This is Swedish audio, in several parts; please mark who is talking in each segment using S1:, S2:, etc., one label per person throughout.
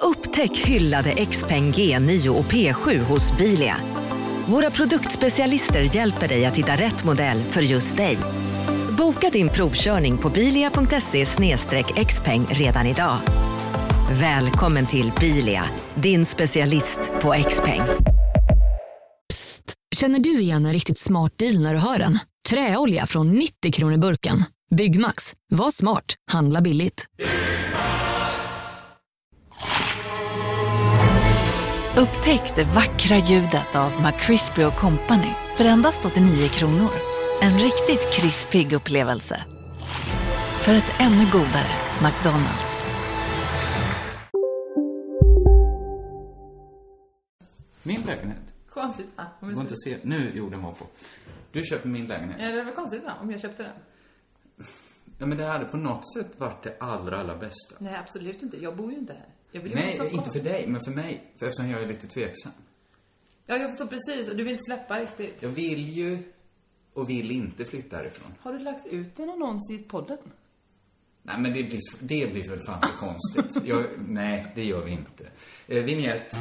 S1: Upptäck hyllade XPeng G9 och P7 hos Bilia. Våra produktspecialister hjälper dig att hitta rätt modell för just dig. Boka din provkörning på bilia.se xpeng redan idag. Välkommen till Bilia, din specialist på XPeng.
S2: Psst! Känner du igen en riktigt smart deal när du hör den? Träolja från 90 kronor i burken. Byggmax, var smart, handla billigt.
S3: Upptäck det vackra ljudet av McCrispy Company för endast 89 kronor. En riktigt krispig upplevelse. För ett ännu godare McDonalds.
S4: Min lägenhet?
S5: Konstigt Ah, va? Om
S4: Det
S5: jag
S4: går inte
S5: skulle...
S4: att se. Nu, jo den var på. Du köper min lägenhet.
S5: ja, det var konstigt va? Om jag köpte den?
S4: Ja, men det hade på något sätt varit det allra, allra bästa.
S5: Nej, absolut inte. Jag bor ju inte här. Jag vill ju vara i
S4: Nej,
S5: Stockholm.
S4: inte för dig, men för mig. För eftersom jag är lite tveksam.
S5: Ja, jag förstår precis. Du vill inte släppa riktigt.
S4: Jag vill ju och vill inte flytta härifrån.
S5: Har du lagt ut en annons i podden?
S4: Nej, men det blir, det blir väl fan för konstigt. Jag, nej, det gör vi inte. Eh, vignett.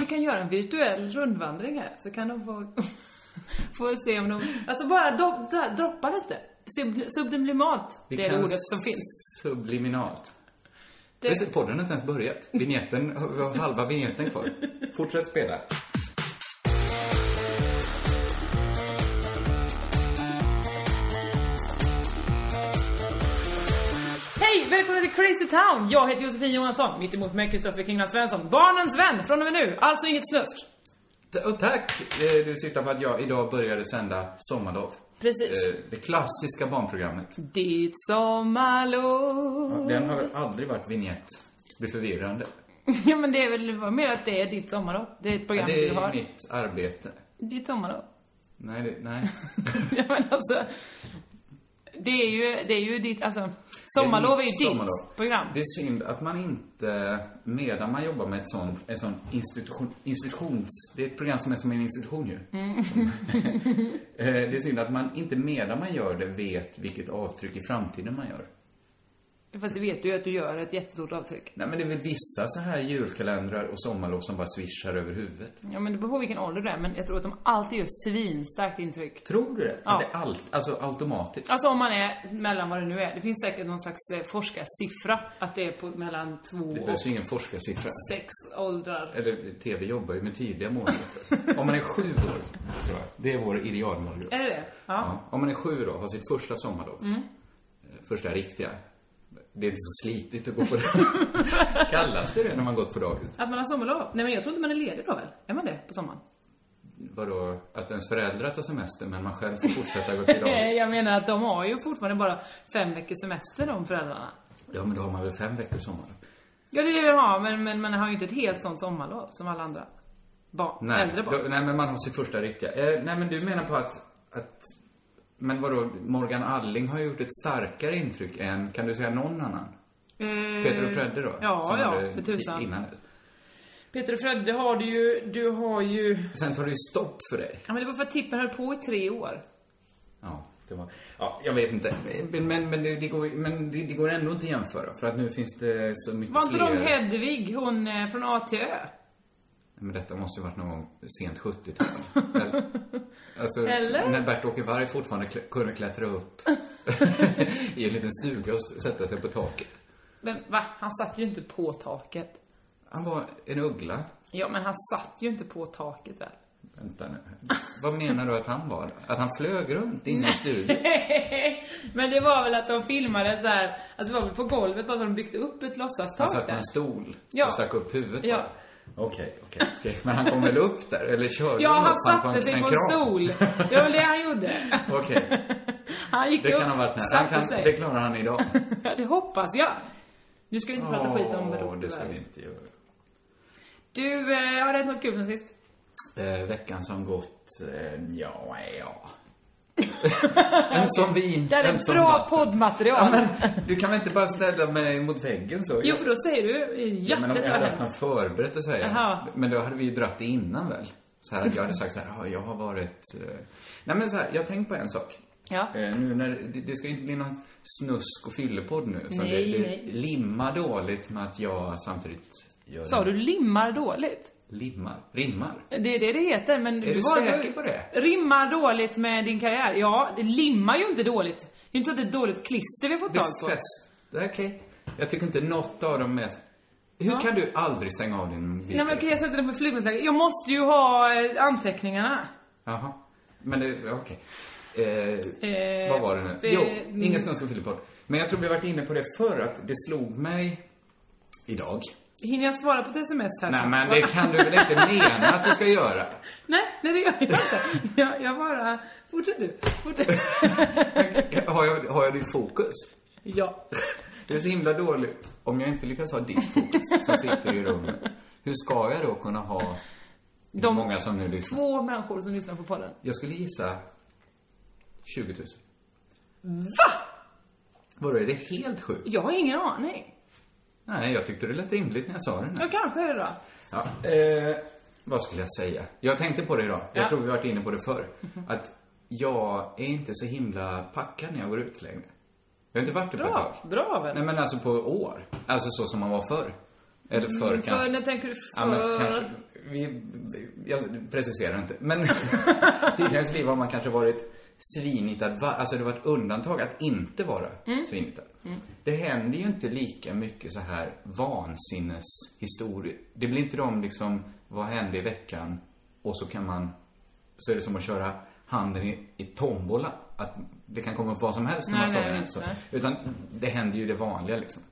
S5: Vi kan göra en virtuell rundvandring här, så kan de få... få se om de... Alltså bara do... där, droppa lite. Sub... Sublimat, det är det ordet som finns.
S4: Subliminalt.
S5: Det...
S4: Just det, podden har inte ens börjat. Vignetten, vi har halva vignetten kvar. Fortsätt spela.
S5: Hej! Välkommen till Crazy Town! Jag heter Josefin Johansson, mitt emot mig Kristoffer Kringland Svensson, barnens vän från och med nu. Alltså inget snusk.
S4: Ta- Och tack! Eh, Du syftar på att jag idag började sända Sommarlov.
S5: Precis.
S4: Eh, Det klassiska barnprogrammet.
S5: Ditt sommarlov.
S4: Den har väl aldrig varit vignett. Det blir förvirrande.
S5: Ja men det är väl mer att det är ditt sommarlov. Det är ett program
S4: det
S5: du
S4: är
S5: har.
S4: mitt arbete.
S5: Ditt sommarlov.
S4: Nej, det, nej.
S5: ja men alltså. Det är ju, det är ju ditt, alltså. Sommarlov är ju
S4: mitt
S5: ditt
S4: sommarlov.
S5: program.
S4: Det är synd att man inte, medan man jobbar med ett sånt, ett sånt institution, institutions... Det är ett program som är som en institution ju.
S5: Mm.
S4: Eh, det är synd att man inte medan man gör det vet vilket avtryck i framtiden man gör.
S5: Fast det vet du ju att du gör ett jättestort avtryck.
S4: Nej, men det är väl vissa så här julkalendrar och sommarlov som bara swishar över huvudet.
S5: Ja men det beror på vilken ålder du är. Men jag tror att de alltid gör svinstarkt intryck.
S4: Tror du det?
S5: Ja.
S4: Att det allt, alltså automatiskt?
S5: Alltså om man är mellan vad det nu är. Det finns säkert någon slags eh, forskarsiffra. Att det är på mellan två
S4: Det
S5: och
S4: behövs ju ingen forskarsiffra.
S5: sex åldrar.
S4: Eller TV jobbar ju med tydliga målgrupper. Om man är sju år, tror jag. Det är vår idealmålgrupp.
S5: Är det det? Ja.
S4: Ja. Om man är sju då, har sitt första sommarlov. Eh, Första riktiga. Det är inte så slitigt att gå på det. Kallas det det när man gått på dagis?
S5: Att man har sommarlov? Nej men jag tror inte man är ledig då väl? Är man det på sommaren?
S4: Vadå, att ens föräldrar tar semester men man själv får fortsätta gå till
S5: Nej,
S4: dagis?
S5: jag menar att de har ju fortfarande bara fem veckors semester de föräldrarna.
S4: Ja, men då har man väl fem veckors sommarlov?
S5: Ja, det är det vi har, men, men man har ju inte ett helt sånt sommarlov som alla andra barn,
S4: Nej,
S5: äldre barn.
S4: då, nej men man har sitt första riktiga. Eh, nej men du menar på att, att men vadå, Morgan Alling har gjort ett starkare intryck än, kan du säga någon annan?
S5: Eh,
S4: Peter och Fredde då?
S5: Ja,
S4: Som
S5: ja,
S4: hade
S5: för tusan.
S4: Innan.
S5: Peter och Fredde har du ju, du har ju...
S4: Sen tar det ju stopp för dig.
S5: Ja, men det var för att Tippen höll på i tre år.
S4: Ja, det var, ja, jag vet inte. Men, men, men, det, det går, ju- men det, det går ändå inte att jämföra, för att nu finns det så mycket
S5: Var inte
S4: fler.
S5: de Hedvig, hon eh, från A till Ö?
S4: Men detta måste ju varit någon gång sent 70-tal. Eller- alltså,
S5: Eller?
S4: när Bert-Åke Varg fortfarande klä, kunde klättra upp i en liten stuga och s- sätta sig på taket.
S5: Men va? Han satt ju inte på taket.
S4: Han var en uggla.
S5: Ja, men han satt ju inte på taket väl?
S4: Vänta nu. Vad menar du att han var? Att han flög runt inne i studion?
S5: Men det var väl att de filmade så här, alltså det var väl på golvet då, så de byggt upp ett
S4: Han
S5: låtsastak
S4: satt på
S5: där.
S4: en stol
S5: Ja.
S4: och stack upp huvudet
S5: Ja.
S4: bara. Okej, okej. okej. Men han kom väl upp där? Eller körde
S5: Ja,
S4: upp
S5: han
S4: på
S5: satte sig på en
S4: kran?
S5: stol. Det var väl det han gjorde.
S4: Okej.
S5: Han gick
S4: Det
S5: upp,
S4: kan ha varit när. Han
S5: satte
S4: kan,
S5: sig.
S4: det klarar han idag.
S5: Ja, det hoppas jag. Nu ska vi inte prata skit om
S4: Åh,
S5: Robert
S4: det ska vi
S5: Berg.
S4: inte göra.
S5: Du, eh, har det hänt något kul sen sist?
S4: Eh, veckan som gått, eh, ja, ja. Ömsom vin,
S5: Det här är
S4: ömsom
S5: bra
S4: vatten.
S5: poddmaterial.
S4: Ja, men, du kan väl inte bara ställa mig mot väggen så?
S5: Jo, för då säger du, eh, ja,
S4: Ja, men om
S5: detta
S4: jag
S5: har
S4: hade haft
S5: hänt.
S4: något förberett att säga.
S5: Jaha.
S4: Men då hade vi ju dratt det innan väl? Så här att jag hade sagt så här, "Ja, jag har varit... eh." Nej men så här, jag har tänkt på en sak.
S5: Ja.
S4: Eh, nu när, det, det ska ju inte bli någon snusk och fyllepodd nu. Så
S5: Nej,
S4: det, det
S5: nej.
S4: limmar dåligt med att jag samtidigt gör
S5: Sa du limmar dåligt?
S4: limmar, rimmar.
S5: Det är det det heter, men...
S4: Är du säker på det?
S5: Rimmar dåligt med din karriär? Ja, det limmar ju inte dåligt. Det är inte så att det är ett dåligt klister vi har fått tag
S4: Det
S5: på.
S4: fest. Okej. Jag tycker inte något av dem är... Hur kan du aldrig stänga av din mobil?
S5: Nej men okej, jag sätter den på flygplansläge. Jag måste ju ha eh, anteckningarna.
S4: Jaha. Men det, okej. Eh,
S5: Eh,
S4: vad var det nu?
S5: eh,
S4: jo,
S5: mm.
S4: ingen snusk och fyllepodd. Men jag tror vi har varit inne på det förr, att det slog mig idag.
S5: Hinner jag svara på ett sms här
S4: Nej
S5: sen?
S4: men det kan du väl inte mena att du ska göra?
S5: nej, nej det gör jag inte. Jag, jag bara... Fortsätt du. Fortsätt.
S4: Har jag, har jag ditt fokus?
S5: ja.
S4: Det är så himla dåligt. Om jag inte lyckas ha ditt fokus som sitter i rummet, hur ska jag då kunna ha
S5: De
S4: många som nu lyssnar?
S5: två människor som lyssnar på podden.
S4: Jag skulle gissa 20 000. Va? Vadå, är det helt sjukt?
S5: Jag har ingen aning.
S4: Nej, jag tyckte det lät rimligt när jag sa det nu.
S5: Ja, kanske är det då.
S4: Ja, eh, vad skulle jag säga? Jag tänkte på det idag. Jag
S5: Ja.
S4: tror vi varit inne på det förr. Att jag är inte så himla packad när jag går ut längre. Jag har inte varit det på ett tag.
S5: Bra. Bra väl.
S4: Nej, men alltså på år. Alltså så som man var förr. Eller förr kanske.
S5: För när tänker du
S4: Ja, men kanske.
S5: för...
S4: Vi, jag preciserar inte. Men tidigare i sitt liv har man kanske varit svinitad. va- Alltså det var ett undantag att inte vara
S5: Mm.
S4: svinitad. Det händer ju inte lika mycket så här vansinneshistorier. Det blir inte de liksom, vad hände i veckan? Och så kan man, så är det som att köra handen i, i tombola. Att det kan komma upp vad som helst när
S5: Nej,
S4: man
S5: nej,
S4: frågar en
S5: visst,
S4: sak.
S5: nej.
S4: Utan det händer ju det vanliga liksom.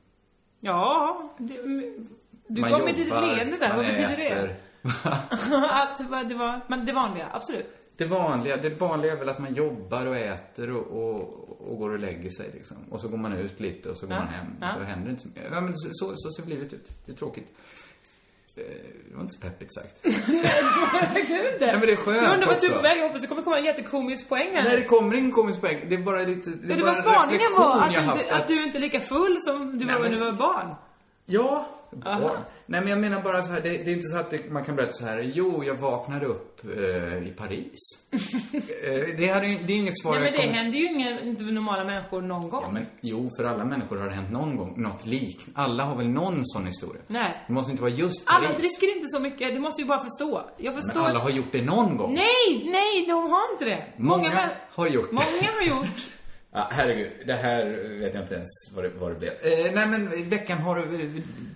S5: Ja, det, mm, du
S4: Man
S5: kom med ett litet
S4: jobbar,
S5: leende där.
S4: man
S5: Vad betyder det?
S4: äter.
S5: att vad det var, men det vanliga, absolut.
S4: Det vanliga, det vanliga är väl att man jobbar och äter och, och, och går och lägger sig liksom. Och så går man ut lite och så går
S5: Ja,
S4: man hem.
S5: ja.
S4: Så händer det inte så mycket. Ja, men så, så, så ser livet ut. Det är tråkigt. Eh, Det var inte så peppigt sagt.
S5: Verkligen inte.
S4: Nej, men det är skönt
S5: Jag undrar vad du
S4: också.
S5: är på väg. Jag hoppas det kommer komma en jättekomisk poäng här.
S4: Nej, det kommer ingen komisk poäng. Det är bara lite... Det,
S5: Ja,
S4: är
S5: det
S4: bara
S5: var
S4: en
S5: spaningen
S4: reflektion
S5: var att
S4: jag
S5: du,
S4: haft
S5: inte, att du inte är lika full som du
S4: Nej,
S5: var när
S4: men-
S5: du var barn.
S4: Ja.
S5: Aha.
S4: Bra. Nej, men jag menar bara så här. Det, det är inte så att det, man kan berätta så här. Jo, jag vaknade upp eh, i Paris. eh, det, här, är- det är inget svar
S5: Nej men
S4: jag
S5: det
S4: kommer-
S5: händer ju ingen, inte med normala människor någon gång.
S4: Ja, men, jo, för alla människor har det hänt någon gång något lik. Alla har väl någon sån historia?
S5: Nej.
S4: Det måste inte vara just
S5: Alla
S4: Paris.
S5: dricker inte så mycket, det måste ju bara förstå. Jag
S4: Men
S5: förstår.
S4: alla har gjort det någon gång.
S5: Nej, nej, de har inte det.
S4: Många
S5: män-
S4: har gjort det.
S5: Många har gjort.
S4: Ja, herregud, det här vet jag inte ens vad det, vad det blev. Eh, nej, men veckan har eh,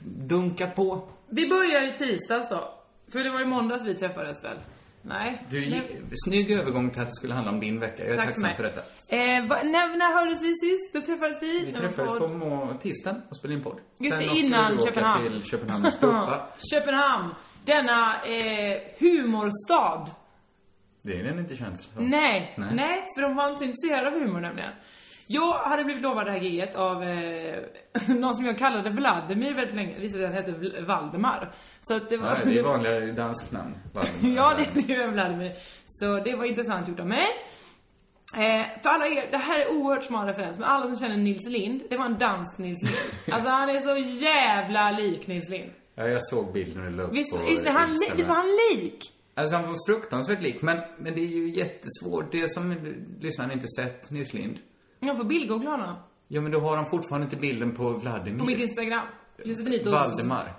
S4: dunkat på.
S5: Vi börjar i tisdags då. För det var i måndags vi träffades väl? Nej.
S4: Du,
S5: Nej.
S4: gick, snygg övergång till att det skulle handla om din vecka. Jag är
S5: Tack för
S4: tacksam
S5: mig.
S4: för detta.
S5: Eh, va, när, när hördes vi sist? Då träffades vi?
S4: Vi
S5: Det var
S4: träffades
S5: podd.
S4: på må- tisdagen och spelade in podd.
S5: Just det,
S4: åkte
S5: innan
S4: du åka
S5: Köpenhamn.
S4: till Köpenhamn och Stupa.
S5: Köpenhamn. Denna eh, humorstad.
S4: Det är den inte känd för.
S5: Nej,
S4: Nej.
S5: nej, för de var inte intresserade av humor nämligen. Jag hade blivit lovad det här giget av eh, någon som jag kallade Vladimir väldigt länge. Det visade sig att han hette Vl- Valdemar. Så att det var...
S4: Nej, det är vanligare danskt namn. Valdemar.
S5: ja, det är ju en Vladimir. Så det var intressant gjort av mig. Eh, för alla er, det här är oerhört smal referens, men alla som känner Nils Lind, det var en dansk Nils Lind. Alltså han är så jävla lik Nils Lind.
S4: Ja, jag såg bilden när du la upp
S5: Visst,
S4: på
S5: visst, är han, li-
S4: Instagram.
S5: visst var han lik?
S4: Alltså han var fruktansvärt lik, men, men det är ju jättesvårt. Det som lyssnaren inte sett Nils Lind.
S5: Jag får bildgoogla honom.
S4: Ja, men då har han fortfarande inte bilden på Vladimir.
S5: På mitt Instagram. Josefinito.
S4: Valdemar.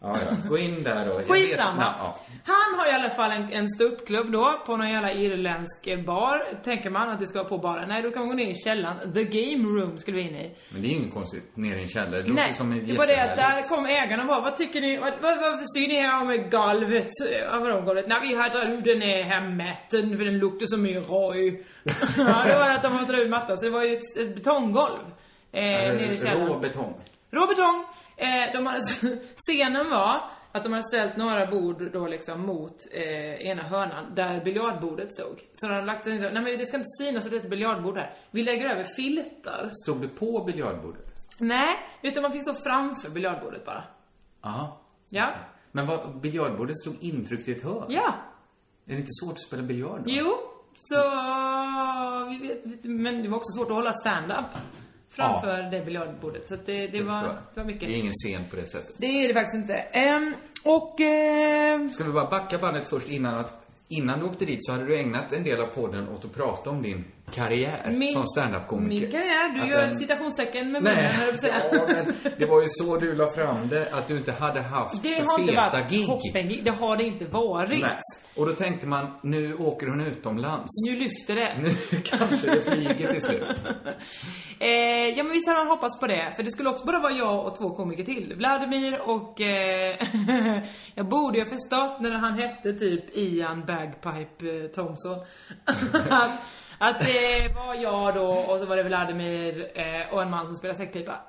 S4: Ja, ja. Gå in där och... jag vet-
S5: Skitsamma.
S4: Nej, ja.
S5: Han har i alla fall en, en ståuppklubb då, på någon jävla irländsk eh, bar. Tänker man att det ska vara på baren. Nej, då kan man gå ner i källaren. The Game Room skulle vi in i.
S4: Men det är ju inget konstigt. Ner i en källare. Det låter
S5: Nej,
S4: som en
S5: det var det att där
S4: jättehärlig-
S5: kom ägarna och bara, vad tycker ni, vad, vad, vad syr ni här om golvet? Ja, vadå golvet? Nej, vi hade ur den är hemmätten för den luktar så mycket röj. ja, det var att de hade dragit ur mattan, så det var ju ett, ett betonggolv. Eh, nere i källaren.
S4: Alltså, Rå betong.
S5: Rå betong. Eh, de hade, scenen var att de hade ställt några bord då liksom mot eh, ena hörnan där biljardbordet stod. Så de hade lagt in, nej men det ska inte synas att det är ett biljardbord här. Vi lägger över filtar.
S4: Stod du på biljardbordet?
S5: Nej, utan man fick stå framför biljardbordet bara.
S4: Ja.
S5: Ja.
S4: Men vad, biljardbordet stod intryckt i ett hörn?
S5: Ja.
S4: Är det inte svårt att spela biljard då?
S5: Jo. Så, vi vet, lite- men det var också svårt att hålla stand-up framför det biljardbordet. Så att det, det, var,
S4: förstår jag.
S5: det var mycket.
S4: Det är ingen scen på det sättet.
S5: Det är det faktiskt inte. Ehm, och... ehm,
S4: Ska vi bara backa bandet först innan att... Innan du åkte dit så hade du ägnat en del av podden åt att prata om din karriär
S5: Min-
S4: som standup-komiker.
S5: Min karriär, du
S4: Att
S5: gör
S4: den-
S5: citationstecken med munnen,
S4: Nej,
S5: höll jag på att säga.
S4: ja, men det var ju så du la fram det, att du inte hade haft
S5: Det
S4: så
S5: har inte
S4: feta
S5: varit
S4: gig.
S5: toppengig. Det har det inte varit.
S4: Nej. Och då tänkte man, nu åker hon utomlands.
S5: Nu lyfter det.
S4: Nu kanske det flyger till slut.
S5: Eh, ja men visst hade man hoppats på det. För det skulle också bara vara jag och två komiker till. Vladimir och... Eh, jag borde ju ha förstått när han hette typ Ian Bagpipe eh, Thompson. att, att det var jag då och så var det Vladimir eh, och en man som spelar säckpipa.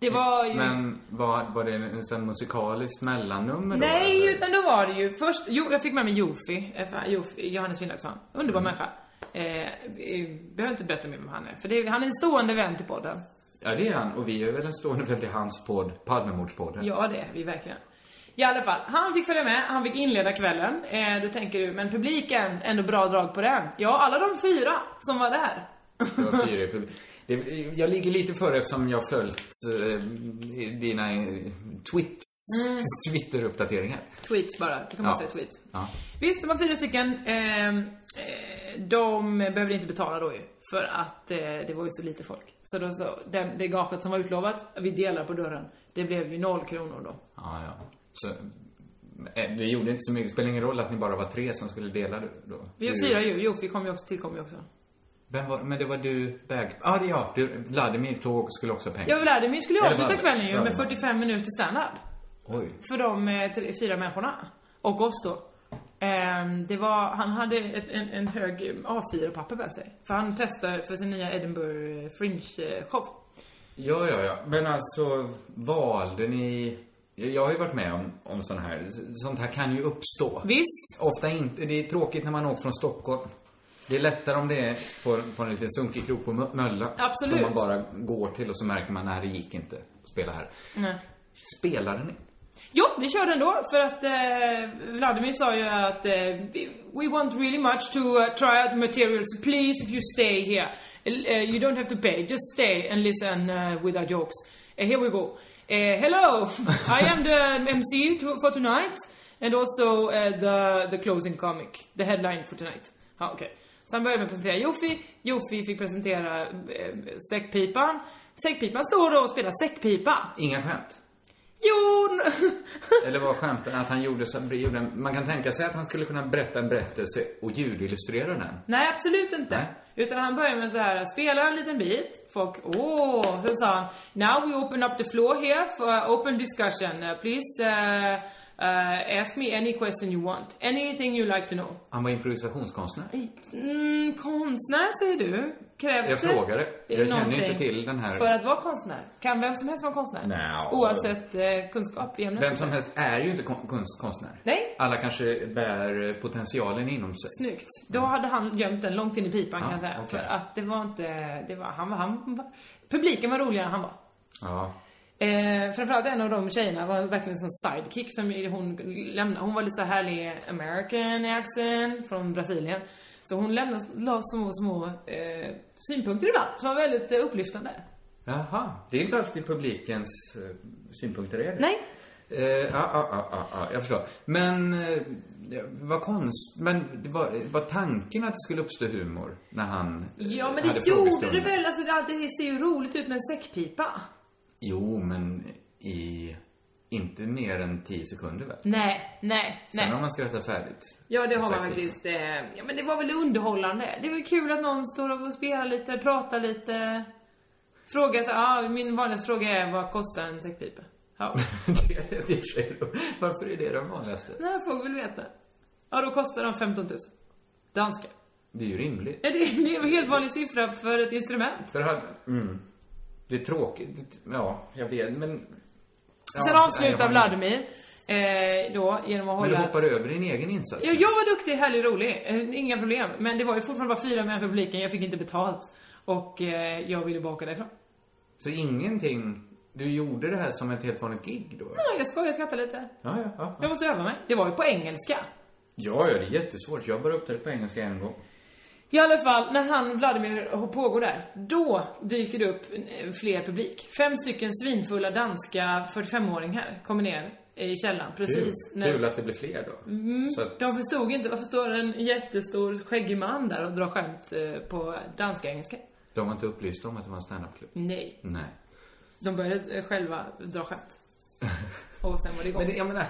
S5: Det var ju...
S4: Men var, var det en sån musikaliskt mellannummer då?
S5: Nej,
S4: eller?
S5: utan då var det ju först, jo, jag fick med mig Jofi, eh, fan, Jofi Johannes Finnlaugsson. Underbar
S4: Mm.
S5: människa. Eh, vi behöver inte berätta mer om han är, för det, han är en stående vän till podden.
S4: Ja, det är han. Och vi är väl en stående vän till hans podd, Palmemordspodden.
S5: Ja, det är vi verkligen. I alla fall, han fick följa med, han fick inleda kvällen. Eh, då tänker du, men publiken, ändå bra drag på den. Ja, alla de fyra som var där.
S4: Det var fyra i pub- Det, jag ligger lite före eftersom jag har följt eh, dina eh, tweets,
S5: Mm.
S4: Twitter-uppdateringar.
S5: Tweets bara, det kan man
S4: Ja.
S5: säga tweets.
S4: Ja.
S5: Visst, det var fyra stycken. ehm, Eh, de behövde inte betala då ju. För att eh, det var ju så lite folk. Så då så, det, det gaget som var utlovat, vi delar på dörren. Det blev ju noll kronor då.
S4: Ja, ja. Så, eh, det gjorde inte så mycket. Det spelar ingen roll att ni bara var tre som skulle dela det då.
S5: Vi är
S4: Du-
S5: fyra ju, jo, vi kom ju också, tillkom ju också.
S4: Vem var, men det var du, Bag... Ja, det är jag. Du, Vladimir tog och skulle också ha pengar.
S5: Jag och Vladimir skulle ju
S4: Eller
S5: avsluta
S4: Vladimir.
S5: kvällen ju med
S4: Vladimir.
S5: 45 minuter standup.
S4: Oj.
S5: För de eh, tre, fyra människorna. Och oss då. Ehm, det var, han hade ett, en, en hög A4-papper med sig. För han testade för sin nya Edinburgh Fringe-show.
S4: Ja, ja, ja. Men alltså, valde ni... Jag har ju varit med om, om sån här... Sånt här kan ju uppstå.
S5: Visst,
S4: Ofta inte. Det är tråkigt när man åker från Stockholm. Det är lättare om det är på, på en liten sunkig krok på Mö- Mölla.
S5: Absolut.
S4: Som man bara går till och så märker man, nej, det gick inte att spela här.
S5: Nej.
S4: Spelade ni?
S5: Jo, vi körde ändå för att eh, Vladimir sa ju att eh, "We- We want really much to uh, try out material so please if you stay here uh, You don't have to pay, just stay and listen uh, with our jokes Eh, Here we go Eh, Hello, I am the MC to, for tonight And also eh, the, the closing comic, the headline for tonight Ja, okej Så han började med att presentera Jofi Jofi fick presentera eh, säckpipan Säckpipan står då och spelar säckpipa
S4: Inga skämt?
S5: Jo, n-
S4: Eller var skämten att han gjorde så... Gjorde en, man kan tänka sig att han skulle kunna berätta en berättelse och ljudillustrera den.
S5: Nej, absolut inte.
S4: Nej.
S5: Utan han började med så här, spela en liten bit. Folk, åh. Sen sa han, now we open up the floor here for open discussion. Uh, please uh, uh, ask me any question you want. Anything you like to know.
S4: Han var improvisationskonstnär.
S5: Mm, konstnär säger du? Krävs
S4: Jag
S5: det
S4: frågade. Jag känner
S5: någonting
S4: inte till den här-
S5: För att vara konstnär? Kan vem som helst vara konstnär?
S4: Nja.
S5: Oavsett eh, kunskap i ämnet?
S4: Vem som helst är ju inte kon- konst- konstnär.
S5: Nej.
S4: Alla kanske bär eh, potentialen inom sig.
S5: Snyggt. Då hade han gömt den långt in i pipan
S4: Ja,
S5: kan jag säga.
S4: Mm. Ah, okej.
S5: För att det var inte, det var, han var, han var, publiken var roligare än han var.
S4: Ja.
S5: Eh, framförallt en av de tjejerna var verkligen en sån sidekick som hon lämnade. Hon var lite så härlig American accent från Brasilien. Så hon lämnade, la små, små eh, synpunkter ibland som var väldigt eh, upplyftande.
S4: Jaha. Det är inte alltid publikens eh, synpunkter är det.
S5: Nej.
S4: Eh, ah, ah, ah, ah, ah, jag förstår. Men eh, vad konst... Men det var, var tanken att det skulle uppstå humor när han eh,
S5: Ja men
S4: hade
S5: det gjorde det
S4: frågestunden?
S5: väl, alltså det, det ser ju roligt ut med en säckpipa.
S4: Jo, men i... Inte mer än tio sekunder väl?
S5: Nej, nej, nej.
S4: Sen har man skrattat färdigt.
S5: Ja, det har man
S4: Exakt.
S5: faktiskt. Eh, ja, men det var väl underhållande. Det var ju kul att någon står och spelar lite, pratar lite. Frågar så ja, min vanligaste fråga är vad kostar en säckpipa? Ja,
S4: det är det i och för sig då. Varför är det den vanligaste?
S5: det här får vi väl veta. Ja, då kostar de 15 000. Danska.
S4: Det är ju rimligt.
S5: Ja, det, det är en helt vanlig siffra för ett instrument.
S4: För han, mm. Det är tråkigt. Det- Ja, jag vet, men... Ja,
S5: Sen
S4: nej, jag
S5: avslutar
S4: har-
S5: Vladimir eh, då genom att
S4: Men du
S5: hålla...
S4: hoppar över din egen insats.
S5: Ja, jag var duktig, härlig, rolig. Eh, Inga problem. Men det var ju fortfarande bara fyra människor i publiken. Jag fick inte betalt. Och eh, jag ville bara åka därifrån.
S4: Så ingenting... Du gjorde det här som ett helt vanligt gig då?
S5: Ja, jag skojar, jag skrattar lite.
S4: Ja, ja, ja.
S5: Jag
S4: Ja,
S5: måste öva mig. Det var ju på engelska.
S4: ja det är jättesvårt. Jag bara uppträdde på engelska en gång.
S5: I alla fall, när han Vladimir pågår där, då dyker det upp eh, fler publik. Fem stycken svinfulla danska 45-åringar kommer ner i källaren.
S4: Kul.
S5: Precis. när-
S4: Kul att det blir fler då. Så att,
S5: De förstod inte, varför står en jättestor skäggig man där och drar skämt eh, på danska-engelska?
S4: de var inte upplysta om att det var en standupklubb.
S5: Nej.
S4: Nej.
S5: De började eh, själva dra skämt. Och sen var det igång.
S4: Men det, jag menar,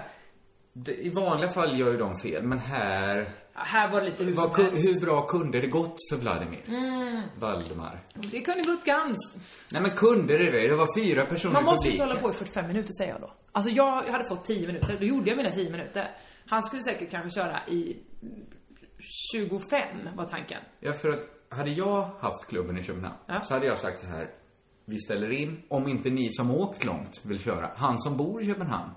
S4: det, i vanliga fall gör ju de fel, men här...
S5: Ja, Här var det lite hur
S4: Vad,
S5: som helst. Mm.
S4: ku- hur bra kunde det gått för Vladimir? Valdemar.
S5: Det kunde gått gans.
S4: Nej men kunde det det? Det var fyra personer
S5: Man
S4: i
S5: måste inte
S4: publiken.
S5: hålla på i 45 minuter säger jag då. Alltså jag hade fått 10 minuter, då gjorde jag mina 10 minuter. Han skulle säkert kanske köra i 25 var tanken.
S4: Ja, för att hade jag haft klubben i Köpenhamn
S5: Ja.
S4: så hade jag sagt så här. Vi ställer in om inte ni som åkt långt vill köra. Han som bor i Köpenhamn.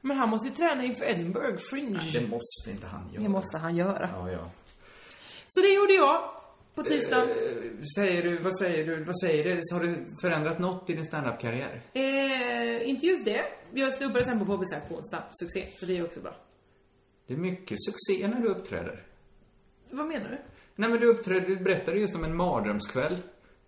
S5: Men han måste ju träna inför Edinburgh Fringe.
S4: Det måste inte han göra.
S5: Det måste han göra.
S4: Ja, ja.
S5: Så det gjorde jag på tisdagen.
S4: Eh. Säger du, vad säger du, vad säger det? Har du förändrat något i din standup-karriär?
S5: Eh, inte just det. Jag snubbade sen på Bobby Sack på onsdag. Succé. Så det är också bra.
S4: Det är mycket succé när du uppträder.
S5: Vad menar du?
S4: Nej men du uppträdde, du berättade just om en mardrömskväll.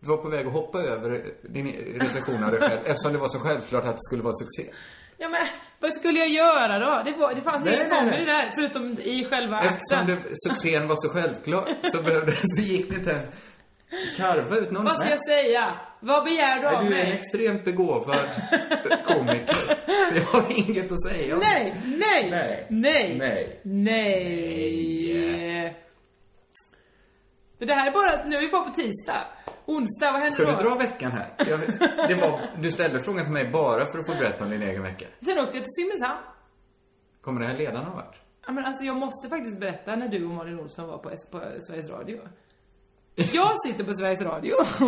S4: Du var på väg att hoppa över din recension av dig själv eftersom det var så självklart att det skulle vara succé.
S5: Ja men, vad skulle jag göra då? Det, var, det fanns
S4: Nej,
S5: ingen
S4: nej,
S5: comedy
S4: nej.
S5: där, förutom i själva
S4: Eftersom
S5: akten.
S4: det, succén var så självklar så, behövde, så gick det inte ens karva ut någon.
S5: Vad ska jag säga? Vad begär du av
S4: Nej, du är en
S5: mig?
S4: extremt begåvad komiker. Så jag har inget att säga om det.
S5: Nej, nej,
S4: Nej.
S5: nej,
S4: Nej.
S5: nej. Men Det här är bara, nu är vi bara på tisdag. Onsdag, vad händer
S4: Ska du
S5: då?
S4: dra veckan här? Jag, det var, du ställde frågan till mig bara för att få berätta om din egen vecka.
S5: Sen åkte jag till Simrishamn.
S4: Kommer det här ledan ha varit?
S5: Ja, men alltså jag måste faktiskt berätta när du och Malin Olsson var på, S- på Sveriges Radio. Jag sitter på Sveriges Radio.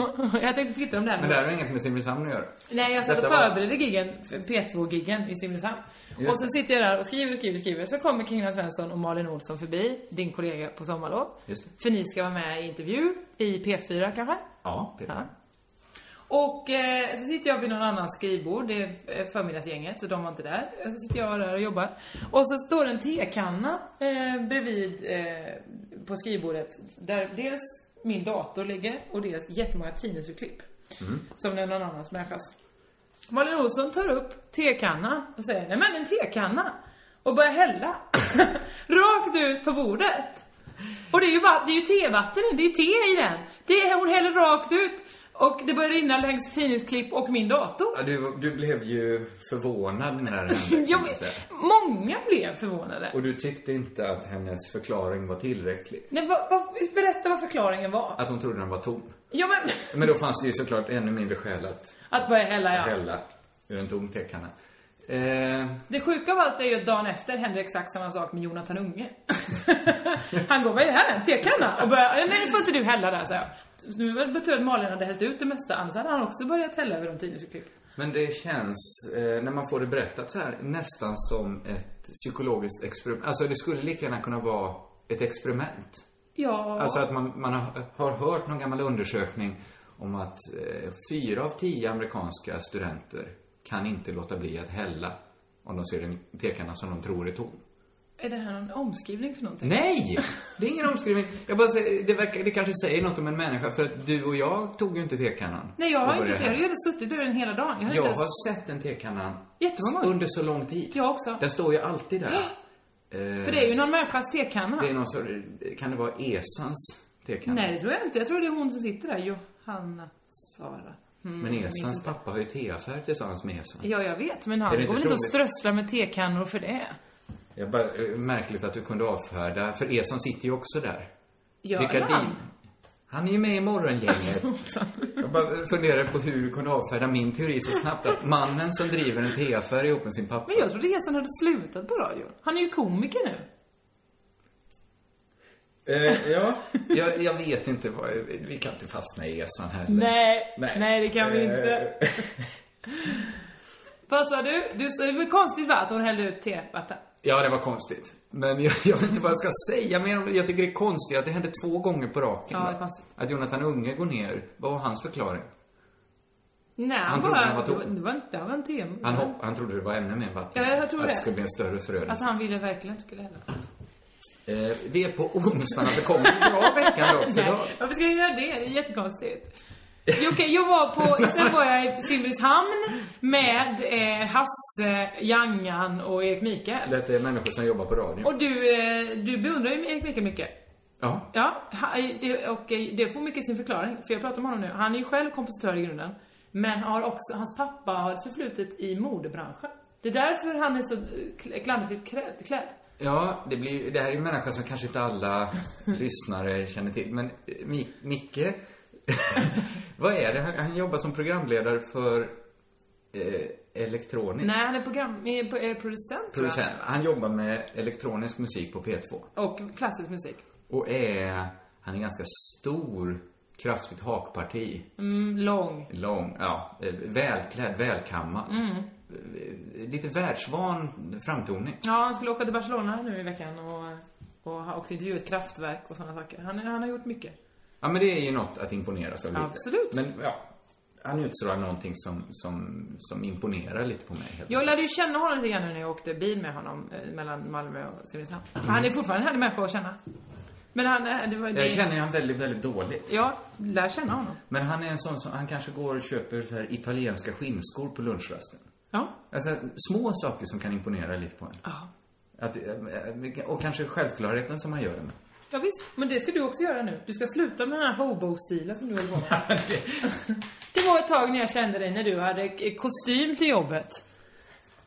S5: jag tänkte titta om det här.
S4: Men det här har inget med Simrishamn att göra.
S5: Nej, jag satt och
S4: Detta var-
S5: förberedde giggen, P2-giggen i Simrishamn.
S4: Just
S5: Och så sitter jag där och skriver och skriver och skriver. Så kommer Kringlan Svensson och Malin Olsson förbi, din kollega på sommarlov.
S4: Just det.
S5: För ni ska vara med i intervju, i P4 kanske?
S4: Ja, det
S5: Ja. Och eh, så sitter jag vid någon annans skrivbord, det är eh, förmiddagsgänget så de var inte där. Och Så sitter jag där och jobbar. Och så står en tekanna eh, bredvid eh, på skrivbordet där dels min dator ligger och dels jättemånga tidningsurklipp. Som det är någon annans människas. Malin Olsson tar upp tekannan och säger nej men en tekanna. Och börjar hälla. Rakt ut på bordet. Och det är ju, va- det är ju tevatten i, det är te i den. Det, hon häller rakt ut. Och det börjar rinna längs tidningsklipp och min dator.
S4: Ja, du, du blev ju förvånad när det hände.
S5: Jag,
S4: kan man säga.
S5: många blev förvånade.
S4: Och du tyckte inte att hennes förklaring var tillräcklig.
S5: Nej, vad, vad, berätta vad förklaringen var.
S4: Att hon trodde den var tom.
S5: Ja men,
S4: Men då fanns det ju såklart ännu mindre skäl att
S5: att börja hälla ja.
S4: hälla ur en tom tekanna. Eh,
S5: Det sjuka av allt är ju att dagen efter händer exakt samma sak med Jonathan Unge. Han går, vad är det här? En tekanna? Och börjar, nej nu får inte du hälla där, säger jag. Så Nu betyder det att Malin hade hällt ut det mesta, annars hade han också börjat hälla över de tidningsurklipp.
S4: men det känns, eh, när man får det berättat så här, nästan som ett psykologiskt experiment. Alltså det skulle lika gärna kunna vara ett experiment.
S5: Ja.
S4: Alltså att man, man har, har hört någon gammal undersökning om att eh, fyra av tio amerikanska studenter kan inte låta bli att hälla om de ser en tekanna som de tror är tom.
S5: Är det här någon omskrivning för
S4: Mm.
S5: någonting?
S4: Nej! Det är ingen omskrivning. Jag bara säger, det, verkar, det kanske säger något om en människa för att du och jag tog ju inte tekannan.
S5: Nej, jag
S4: Och
S5: har inte
S4: började
S5: sett. Jag har
S4: här.
S5: ju suttit bredvid den hela dagen. Jag har,
S4: Jag
S5: inte ens...
S4: har sett en tekannan
S5: Jättemånga gånger.
S4: under så lång tid.
S5: Jag också.
S4: Den står ju alltid där. Eh,
S5: För det är ju någon människas tekanna.
S4: Det är någon sorts, kan det vara Esans tekanna?
S5: Nej, det tror jag inte. Jag tror det är hon som sitter där. Johanna Sara. Mm,
S4: Men
S5: jag minns
S4: Esans
S5: inte.
S4: pappa har ju teaffär tillsammans med Esan.
S5: Ja, jag vet. Men
S4: Är
S5: han
S4: det
S5: går väl
S4: inte
S5: inte och strösslar med tekannor för det?
S4: Jag bara, eh, märkligt att du kunde avfärda, för Esan sitter ju också där.
S5: Gör
S4: Vilka
S5: han?
S4: din- Han är ju med i morgongänget. Jag bara funderade på hur du kunde avfärda min teori så snabbt att mannen som driver en teaffär ihop med sin pappa.
S5: Men jag trodde Esan hade slutat på radion. Han är ju komiker nu.
S4: Eh, ja. jag, jag vet inte vad, vi kan inte fastna i Esan här.
S5: Nej, nej, det kan vi
S4: Eh,
S5: inte. Vad sa du? du det var konstigt va, att hon hällde ut tevatten?
S4: Ja, det var konstigt. Men jag, jag vet inte vad jag ska säga mer om det. Jag tycker det är konstigt att det hände två gånger på raken.
S5: Ja,
S4: va?
S5: det är konstigt.
S4: Att Jonathan Unge går ner, vad var hans förklaring?
S5: Nej, han,
S4: trodde
S5: bara...
S4: den var
S5: det
S4: tom.
S5: var, det var inte, det var en tema.
S4: Han, hopp, han trodde det var ännu mer vatten.
S5: Ja, jag tror
S4: att
S5: det.
S4: det skulle bli en större förödelse.
S5: Att Alltså, han ville verkligen inte skulle hälla.
S4: Eh, alltså vi är på onsdagen, så kommer det bra veckan då. För då
S5: Nej, varför ska jag göra det? Det är jättekonstigt. Jo, okej, jag var på, sen var jag i Simrishamn med eh, Hasse, Jangan och Erik Mikael.
S4: Detta är människor som jobbar på radio.
S5: Och du, eh, du beundrar ju Erik Mikael mycket.
S4: Ja.
S5: Ja, ha- det, och eh, det får mycket sin förklaring. För jag pratar med honom nu. Han är ju själv kompositör i grunden. Men har också, hans pappa har ett förflutet i modebranschen. Det är därför han är så eh, kl- klanderfritt krä- klädd.
S4: Ja, det, blir, det här är ju människor som kanske inte alla lyssnare känner till. Men eh, Mi- Micke, vad är det? Han, han jobbar som programledare för eh, elektronisk
S5: Nej, han är program, eh, pro- eh, producent, tror jag.
S4: producent. Han jobbar med elektronisk musik på P2.
S5: Och klassisk musik.
S4: Och är, han är ganska stor, kraftigt hakparti.
S5: Mm, lång.
S4: Lång, ja, eh, välklädd, välkammad.
S5: Mm.
S4: Eh, Lite världsvan framtoning.
S5: Ja, han skulle åka till Barcelona nu i veckan och, och har också intervjuat kraftverk och sådana saker. Han, är- han har gjort mycket.
S4: Ja, men det är ju något att imponeras av lite.
S5: Absolut.
S4: Men ja, han utstrålar någonting som, som, som imponerar lite på mig. Helt
S5: Jag lärde ju känna honom lite grann nu när jag åkte bil med honom eh, mellan Malmö och Simrishamn. Han är fortfarande en härlig människa att känna. Men han, eh, det var det.
S4: jag känner ju han väldigt, väldigt dåligt.
S5: Jag lär känna honom.
S4: Men han är en sån som, han kanske går och köper så här italienska skinnskor på lunchrasten.
S5: Ja.
S4: Alltså, små saker som kan imponera lite på en.
S5: Ja.
S4: Att, eh, och kanske självklarheten som han gör det med.
S5: Ja, visst, men det ska du också göra nu. Du ska sluta med den här hobo-stilen som du håller på med. Det var ett tag när jag kände dig när du hade eh, kostym till jobbet.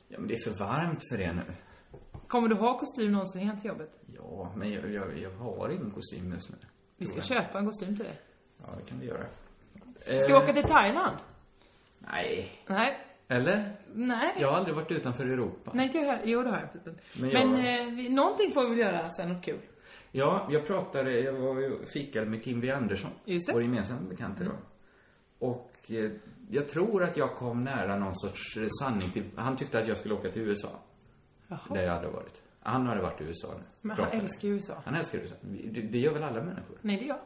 S4: Ja, men det är för varmt för det nu.
S5: Kommer du ha kostym någonsin igen till jobbet?
S4: Ja, men jag, jag, jag har ingen kostym just nu.
S5: Vi ska köpa en kostym till dig.
S4: Ja, det kan vi göra.
S5: Ska
S4: Eh.
S5: vi åka till Thailand?
S4: Nej.
S5: Nej.
S4: Eller?
S5: Nej.
S4: Jag har aldrig varit utanför Europa.
S5: Nej, inte jag heller. Jo, det har jag. förresten.
S4: Men
S5: Men,
S4: jag-
S5: eh, vi, någonting får vi väl göra sen, något kul.
S4: Ja, jag pratade, jag var ju fikade med Kim V. Andersson.
S5: Just det.
S4: Vår gemensamma bekant idag. Och eh, jag tror att jag kom nära någon sorts eh, sanning till, han tyckte att jag skulle åka till USA. Där jag hade varit. Han hade varit i USA nu.
S5: Men han
S4: Pratade.
S5: älskar ju USA.
S4: Han älskar USA. Vi- Det, det gör väl alla människor?
S5: Nej, det är jag.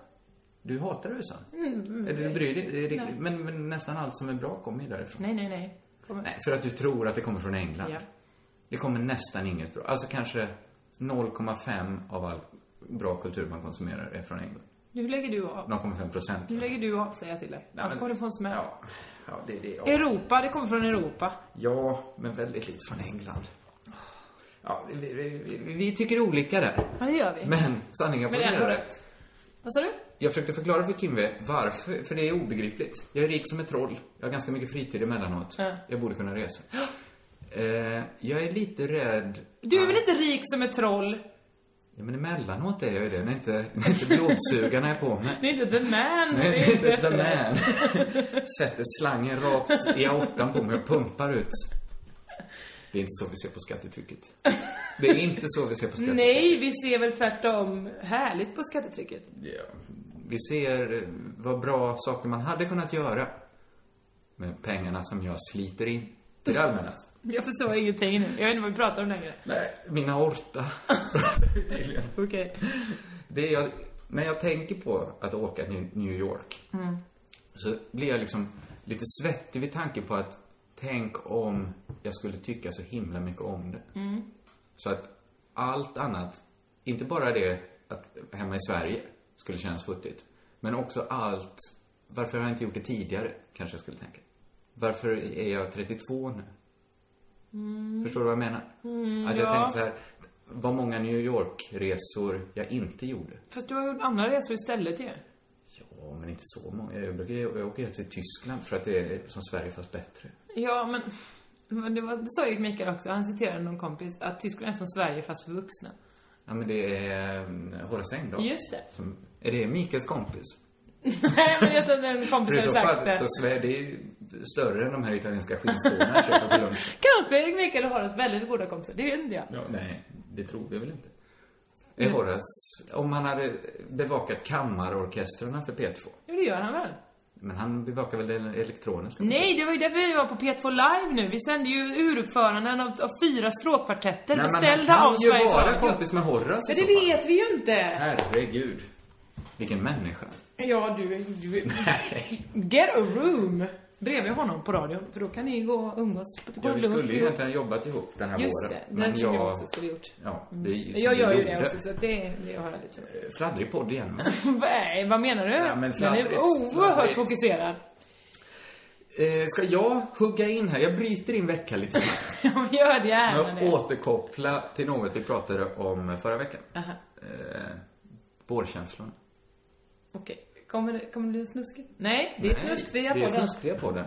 S4: Du hatar USA?
S5: Mm.
S4: Eller Du bryr dig det, det, men, men nästan allt som är bra kommer ju därifrån.
S5: Nej, nej, nej. Kommer.
S4: Nej, för att du tror att det kommer från England.
S5: Ja.
S4: Det kommer nästan inget bra. Alltså kanske 0,5 av all bra kultur man konsumerar är från England.
S5: Nu lägger du av.
S4: 0,5 procent.
S5: Nu lägger du av, säger jag till dig. Annars kommer du få en smäll.
S4: Ja, ja det, det, ja.
S5: Europa, det kommer från Europa.
S4: ja, men väldigt lite från England. Ja, vi, vi, vi, vi tycker olika där.
S5: Ja, det gör vi.
S4: Men sanningen får
S5: Men ändå
S4: göra det.
S5: rätt. Vad sa du?
S4: Jag försökte förklara för Kimve varför, för det är obegripligt. Jag är rik som ett troll. Jag har ganska mycket fritid emellanåt.
S5: Ja.
S4: Jag borde kunna resa. Eh, jag är lite rädd...
S5: Du är väl inte rik som ett troll?
S4: Ja, men emellanåt är jag ju det. När inte, när inte blodsugarna är på mig.
S5: Det är inte the man.
S4: Nej,
S5: det är inte
S4: The man. Sätter slangen rakt i aortan på mig och pumpar ut. Det är inte så vi ser på skattetrycket. Det är inte så vi ser på skattetrycket.
S5: Nej, vi ser väl tvärtom härligt på skattetrycket.
S4: Ja. Vi ser eh, vad bra saker man hade kunnat göra med pengarna som jag sliter in till det allmänna.
S5: Jag förstår ingenting nu. Jag vet inte vad vi pratar om längre.
S4: Nej, min aorta. Tydligen.
S5: Okej.
S4: det jag, när jag tänker på att åka till New York så blir jag liksom lite svettig vid tanken på att tänk om jag skulle tycka så himla mycket om det. Så att allt annat, inte bara det att hemma i Sverige skulle kännas futtigt, men också allt, varför har jag inte gjort det tidigare, kanske jag skulle tänka. Varför är jag 32 nu? Förstår du vad jag menar? att jag
S5: ja.
S4: tänker så här, vad många New York-resor jag inte gjorde.
S5: Fast du har gjort andra resor istället ju.
S4: Ja, men inte så många. Jag, brukar, jag åker ju till Tyskland för att det är som Sverige fast bättre.
S5: Ja, men... men det, var, det sa ju Mikael också. Han citerade någon kompis. Att Tyskland är som Sverige fast för vuxna.
S4: Ja, men det är eh, Horace Engdahl.
S5: Just det.
S4: Som, är det Mikaels kompis?
S5: Nej, men jag tror att den
S4: För i
S5: kompis
S4: så
S5: har sagt
S4: fall
S5: det.
S4: så Sverige, det är ju större än de här italienska skinnskorna jag köper på lunchen.
S5: Kanske Mikael och Horace väldigt goda kompisar. Det är inte jag.
S4: Ja, nej, det tror vi väl inte. Är
S5: Mm.
S4: Horace, om han hade bevakat kammarorkestrarna för P2.
S5: Jo, det gör han väl.
S4: Men han bevakar väl den elektroniska?
S5: Nej, det var ju därför vi var på P2 Live nu. Vi sände ju uruppföranden av, av fyra stråkkvartetter
S4: Nej, men
S5: beställda av
S4: han kan ju
S5: Sveriges
S4: vara
S5: Radio.
S4: kompis med Horace
S5: Ja,
S4: i
S5: det
S4: så fall.
S5: vet vi ju inte.
S4: Herregud. Vilken människa.
S5: Ja, du... du
S4: Nej.
S5: get a room. bredvid honom på radion. För då kan ni gå och umgås. på-
S4: Ja, vi
S5: gå
S4: skulle
S5: ihop.
S4: ju egentligen ha jobbat ihop den här
S5: Just
S4: våren.
S5: det, den som jag också skulle gjort.
S4: Ja, det är ju
S5: Jag gör ju det
S4: gjorde.
S5: också, så att det, det har jag lite för.
S4: Fladdrig podd igen.
S5: Nej, vad menar du?
S4: Ja, men
S5: den är
S4: fladdrigt,
S5: oerhört
S4: fladdrigt.
S5: fokuserad.
S4: Eh, ska jag hugga in här? Jag bryter in veckan lite snabbt.
S5: Ja, men gör gärna
S4: Men
S5: det.
S4: återkoppla till något vi pratade om förra veckan.
S5: Aha,
S4: Eh, vårkänslan.
S5: Okej. Kommer, det- kommer det bli snuskigt? Nej, det är snuskfria
S4: Det är
S5: podden.
S4: snuskfria podden.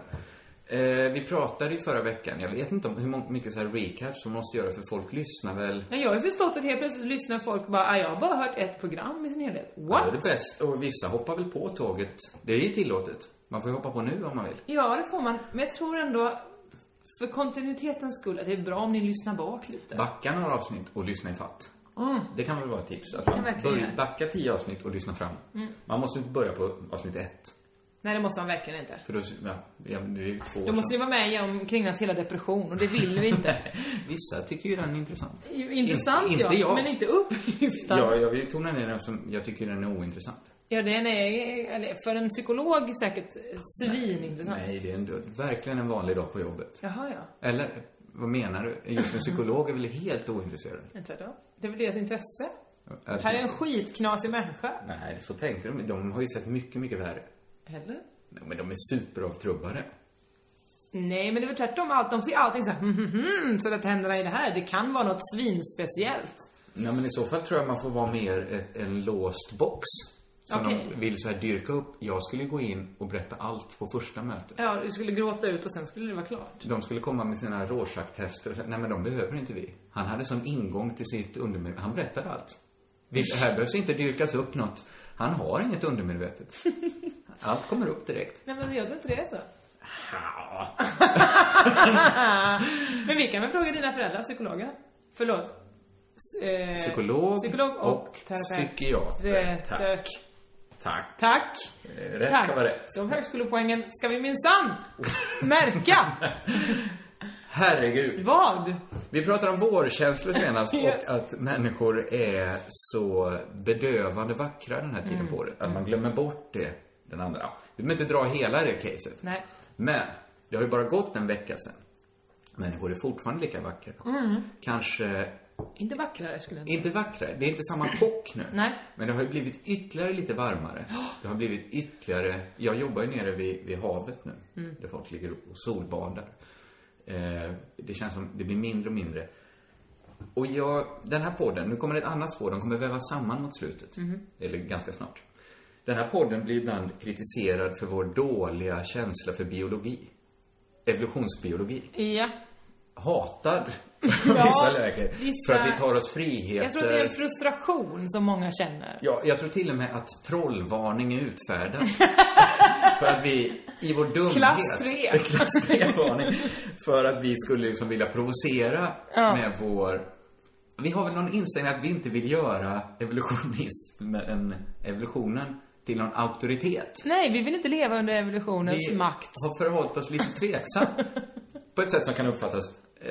S4: Eh, vi pratade ju förra veckan, jag vet inte om hur mång- mycket så här recaps som måste göra för folk lyssnar väl.
S5: Men jag har ju förstått att helt plötsligt lyssnar folk och bara, "Ah, jag har bara hört ett program i sin helhet. What?
S4: Ja, Det är det bäst. Och vissa hoppar väl på tåget. Det är ju tillåtet. Man får ju hoppa på nu om man vill.
S5: Ja, det får man. Men jag tror ändå, för kontinuitetens skull, att det är bra om ni lyssnar bak lite.
S4: Backa några avsnitt och lyssna i fatt.
S5: Mm.
S4: Det kan väl vara ett tips? Att
S5: kan
S4: man
S5: verkligen
S4: börja
S5: göra. Mm.
S4: backa tio avsnitt och lyssna fram. Man måste inte börja på avsnitt ett.
S5: Nej, det måste man verkligen inte.
S4: För då, ja, ja, det är ju två
S5: Då
S4: år
S5: måste ju
S4: sedan.
S5: vara med om Kringlands hela depression och det vill vi inte.
S4: Vissa tycker ju den är intressant.
S5: Intressant
S4: inte
S5: ja,
S4: jag.
S5: men inte upplyftande.
S4: Ja, jag vill tona ner den som jag tycker den är ointressant.
S5: Ja, den är, eller för en psykolog säkert svinintressant.
S4: Nej, det är en, verkligen en vanlig dag på jobbet.
S5: Jaha, ja.
S4: Eller, vad menar du? Just en psykolog är väl helt ointresserad?
S5: Inte då. Det är väl deras intresse? Här är en skitknasig människa.
S4: Nej, så tänkte de. De har ju sett mycket, mycket värre.
S5: Eller?
S4: Nej, Men de är superavtrubbade.
S5: Nej, men det är väl tvärtom. Allt, de ser allting så här, "Mhm, mhm, så att händerna i det här. Det kan vara något svinspeciellt.
S4: Nej, men i så fall tror jag man får vara mer ett, en låst box. Som
S5: Okej.
S4: de vill så här dyrka upp. Jag skulle gå in och berätta allt på första mötet.
S5: Ja, du skulle gråta ut och sen skulle det vara klart.
S4: De skulle komma med sina Rorschach-tester och säga, nej men de behöver inte vi. Han hade som ingång till sitt undermedvetna, han berättade allt. Vi, här behövs inte dyrkas upp något. Han har inget undermedvetet. Allt kommer upp direkt.
S5: Nej, men jag tror inte det är så.
S4: Ja.
S5: Men vi kan väl fråga dina föräldrar, psykologer? Förlåt. S- eh,
S4: Psykolog,
S5: psykolog och,
S4: och
S5: terapeut.
S4: psykiater. Tack.
S5: Tack.
S4: Tack.
S5: Tack.
S4: Eh, Rätt
S5: Tack.
S4: ska vara rätt.
S5: De högskolepoängen ska vi minsann märka.
S4: Herregud.
S5: Vad?
S4: Vi pratade om vårkänslor senast
S5: Ja.
S4: och att människor är så bedövande vackra den här tiden på året. Att man glömmer bort det, den andra. Vi behöver inte dra hela det caset.
S5: Nej.
S4: Men, det har ju bara gått en vecka sedan. Människor är fortfarande lika vackra. Kanske
S5: Inte vackrare skulle jag säga.
S4: inte vackra. Det är inte samma kock nu.
S5: Nej.
S4: Men det har ju blivit ytterligare lite varmare. Det har blivit ytterligare... Jag jobbar ju nere vid, vid havet nu.
S5: Mm.
S4: Där folk ligger och solbadar. Eh, det känns som det blir mindre och mindre. Och jag, den här podden, nu kommer det ett annat spår. De kommer väva samman mot slutet.
S5: Mm-hmm.
S4: Eller ganska snart. Den här podden blir ibland kritiserad för vår dåliga känsla för biologi. Evolutionsbiologi.
S5: Ja.
S4: Hatad av
S5: Ja,
S4: vissa läger.
S5: vissa-
S4: För att vi tar oss friheter.
S5: Jag tror att det är en frustration som många känner.
S4: Ja, jag tror till och med att trollvarning är utfärdad. för att vi i vår dumhet...
S5: Klass tre.
S4: Klass 3-varning. För att vi skulle liksom vilja provocera
S5: Ja.
S4: med vår... Vi har väl någon inställning att vi inte vill göra evolutionismen, evolutionen till någon auktoritet.
S5: Nej, vi vill inte leva under evolutionens
S4: Vi
S5: makt.
S4: har förhållit oss lite tveksamt. på ett sätt som kan uppfattas... Eh,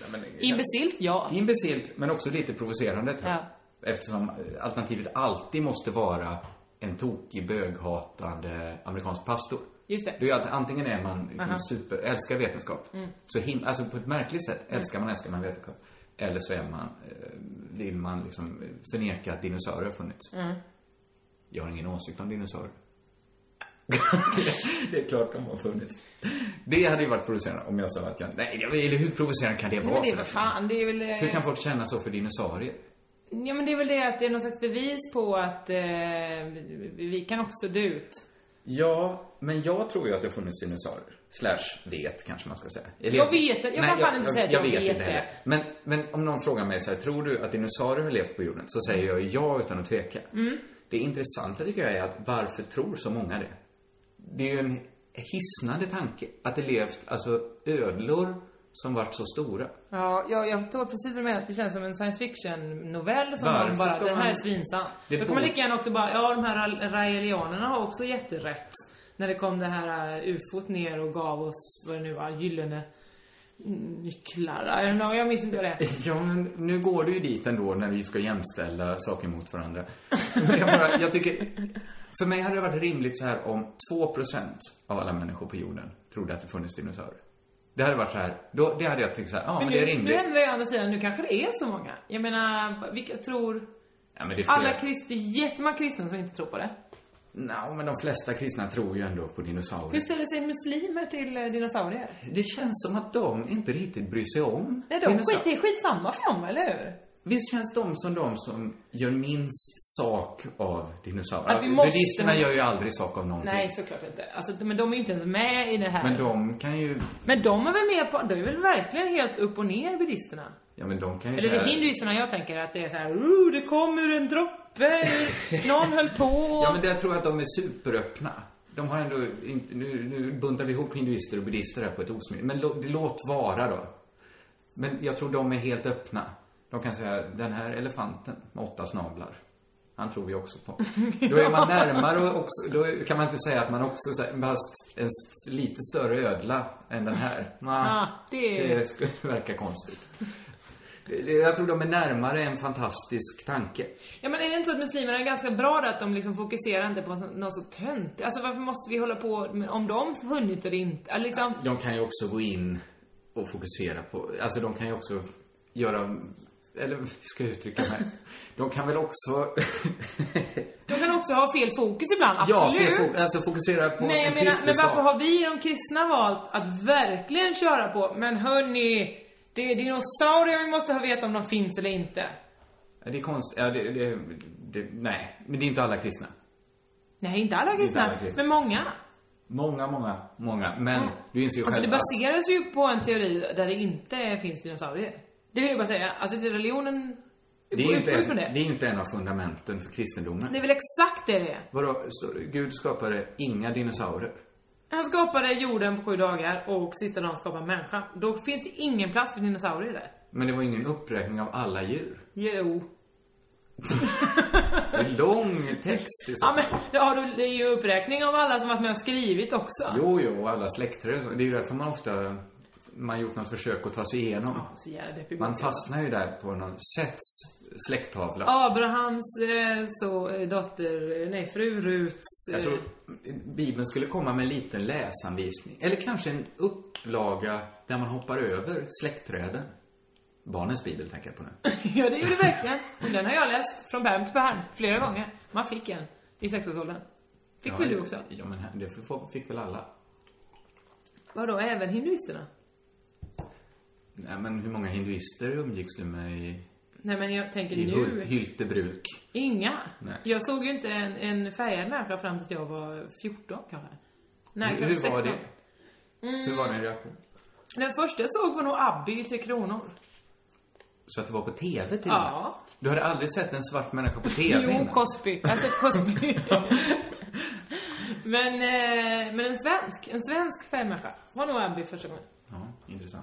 S4: ja, men-
S5: Imbecilt, ja.
S4: Imbecilt, men också lite provocerande tror jag.
S5: Ja.
S4: Eftersom eh, alternativet alltid måste vara en tokig, böghatande amerikansk pastor.
S5: Just det. Mm.
S4: är ju alltid, antingen är man liksom super, älskar vetenskap, så him, alltså på ett märkligt sätt älskar man, älskar man vetenskap. Eller så är man, eh, vill man liksom eh, förneka att dinosaurier har funnits.
S5: Mm.
S4: Jag har ingen åsikt om dinosaurier. det är klart de har funnits. Det hade ju varit provocerande om jag sa att jag, nej, jag- eller hur provocerande kan det vara?
S5: Men det är
S4: för
S5: väl
S4: att-
S5: fan, det är väl... eh,
S4: hur kan folk känna så för dinosaurier?
S5: Ja, men det är väl det att det är någon slags bevis på att eh, vi- vi kan också dö ut.
S4: Ja, men jag tror ju att det har funnits dinosaurier. Slash vet, kanske man ska säga. Eller
S5: Jag vet det. Jag kan fan inte säga att
S4: jag,
S5: jag
S4: vet,
S5: vet
S4: inte
S5: det.
S4: heller. Men, men om någon frågar mig så här, tror du att dinosaurier har levt på jorden? Så säger jag ju ja utan att tveka.
S5: Mm.
S4: Det intressanta tycker jag är att varför tror så många det? Det är ju en hisnande tanke att det levt, alltså ödlor som varit så stora.
S5: Ja, jag, jag förstår precis vad du menar. att Det känns som en science fiction-novell som
S4: Varför
S5: de bara,
S4: ska
S5: den här
S4: man-
S5: är svinsann.
S4: Det
S5: Då kan
S4: borde-
S5: man lika gärna också bara, ja de här ra- raelianerna har också jätterätt. När det kom det här eh, ufot ner och gav oss, vad det nu var, gyllene nycklar. I don't know, jag minns inte vad det är.
S4: Ja, men nu går du ju dit ändå när vi ska jämställa saker mot varandra. Men jag, bara, jag tycker, För mig hade det varit rimligt så här om 2% av alla människor på jorden trodde att det funnits dinosaurer. Det hade varit så här, då, det hade jag tyckt så här, ja men,
S5: Men
S4: det är
S5: nu, nu
S4: rimligt.
S5: händer det å andra sidan, nu kanske det är så många. Jag menar, vilka tror...
S4: Ja, men det är fler.
S5: Alla kristna, jättemånga kristna som inte tror på det.
S4: Nej, men de flesta kristna tror ju ändå på
S5: Hur
S4: dinosaurier.
S5: ställer sig muslimer till eh, dinosaurier?
S4: Det känns som att de inte riktigt bryr sig om
S5: Nej, de
S4: dinosaurier.
S5: skit, det är skitsamma för dem, eller hur?
S4: Visst känns de som de som gör minst sak av dinosaurier?
S5: Att vi måste-
S4: Buddhisterna gör ju aldrig sak av någonting.
S5: Nej, såklart inte. Alltså, de- men de är ju inte ens med i det här.
S4: Men de kan ju,
S5: Men de är väl med på, de är väl verkligen helt upp och ner buddhisterna?
S4: ja men de kan ju
S5: Eller det
S4: så
S5: är
S4: här-
S5: hinduisterna jag tänker att det är så här, "Ooh, det kom ur en droppe, någon höll på.
S4: Ja, men det, jag tror att de är superöppna. De har ändå inte, nu, nu buntar vi ihop hinduister och buddister här på ett osmidigt, men lå- låt vara då. Men jag tror de är helt öppna. De kan säga, den här elefanten med åtta snablar, han tror vi också på. Då är man närmare och också, då kan man inte säga att man också, så här, fast en s- lite större ödla än den här. Nah,
S5: Ah, det-
S4: det skulle verka konstigt. Det- det- Jag tror de är närmare en fantastisk tanke.
S5: Ja men är det inte så att muslimerna är ganska bra där att de liksom fokuserar inte på någon sån- någon så tönt? Alltså varför måste vi hålla på med, om de hunnit eller inte? Alltså, liksom,
S4: De kan ju också gå in och fokusera på, alltså de kan ju också göra, eller hur ska jag uttrycka mig? De kan väl också,
S5: de kan också ha fel fokus ibland,
S4: ja,
S5: absolut.
S4: fo- alltså fokusera på
S5: Nej jag
S4: en
S5: menar, men
S4: pyttesak.
S5: varför har vi de kristna valt att verkligen köra på, men hörni, det är dinosaurier vi måste ha veta om de finns eller inte.
S4: Ja, Det är konstigt, ja, det, det, det, nej, men det är inte alla kristna.
S5: Nej, inte alla
S4: Inte
S5: kristna,
S4: alla kristna.
S5: men många.
S4: Många, många, många, men du inser ju
S5: Alltså det
S4: själv att,
S5: baseras ju på en teori där det inte finns dinosaurier. Det vill jag bara säga. Alltså det religionen
S4: det
S5: går
S4: är, inte
S5: ut
S4: en,
S5: från det.
S4: det är inte en av fundamenten för kristendomen.
S5: Det är väl exakt det det är.
S4: Vadå, står det, Gud skapade inga dinosaurier?
S5: Han skapade jorden på sju dagar och sista dagen skapade människan. Då finns det ingen plats för dinosaurier där.
S4: Men det var ingen uppräkning av alla djur.
S5: Jo.
S4: Det är lång text i så
S5: Ja
S4: fall.
S5: men det, har du, det är ju uppräkning av alla som varit med och skrivit också.
S4: Jo, jo, och alla släkter och så. Det är ju därför man ofta, man gjort något försök att ta sig igenom.
S5: Så jävla deppig
S4: Man
S5: bok.
S4: fastnar ju där på någon Sets släkttavla.
S5: Abrahams eh, så, eh, dotter, eh, nej fru Ruts. eh,
S4: Jag tror Bibeln skulle komma med en liten läsanvisning. Eller kanske en upplaga där man hoppar över släktträden. Barnens bibel tänker jag på nu.
S5: ja det gjorde det verkligen. Den har jag läst från pärm till pärm flera gånger. Man fick en i sexårsåldern. Fick väl du också?
S4: Ja, men det får- fick väl alla.
S5: Vadå, även hinduisterna?
S4: Nej, men hur många hinduister umgicks du med i,
S5: Nej men jag tänker
S4: i Hul-
S5: nu,
S4: Hyltebruk?
S5: inga.
S4: Nej.
S5: Jag såg ju inte en, en färgad människa fram tills jag var 14 kanske. Nej, Mm.
S4: hur,
S5: kanske
S4: hur var
S5: 16.
S4: det? Hur var din reaktion?
S5: Den första jag såg var nog Abby i Tre
S4: Mm.
S5: Kronor.
S4: Så att det var på TV till och med?
S5: Ja.
S4: Du hade aldrig sett en svart människa på TV
S5: Jo,
S4: innan?
S5: Cosby. Alltså Cosby. men, eh, men en svensk, en svensk färgmänniska. Var nog Abby första gången.
S4: Ja, intressant.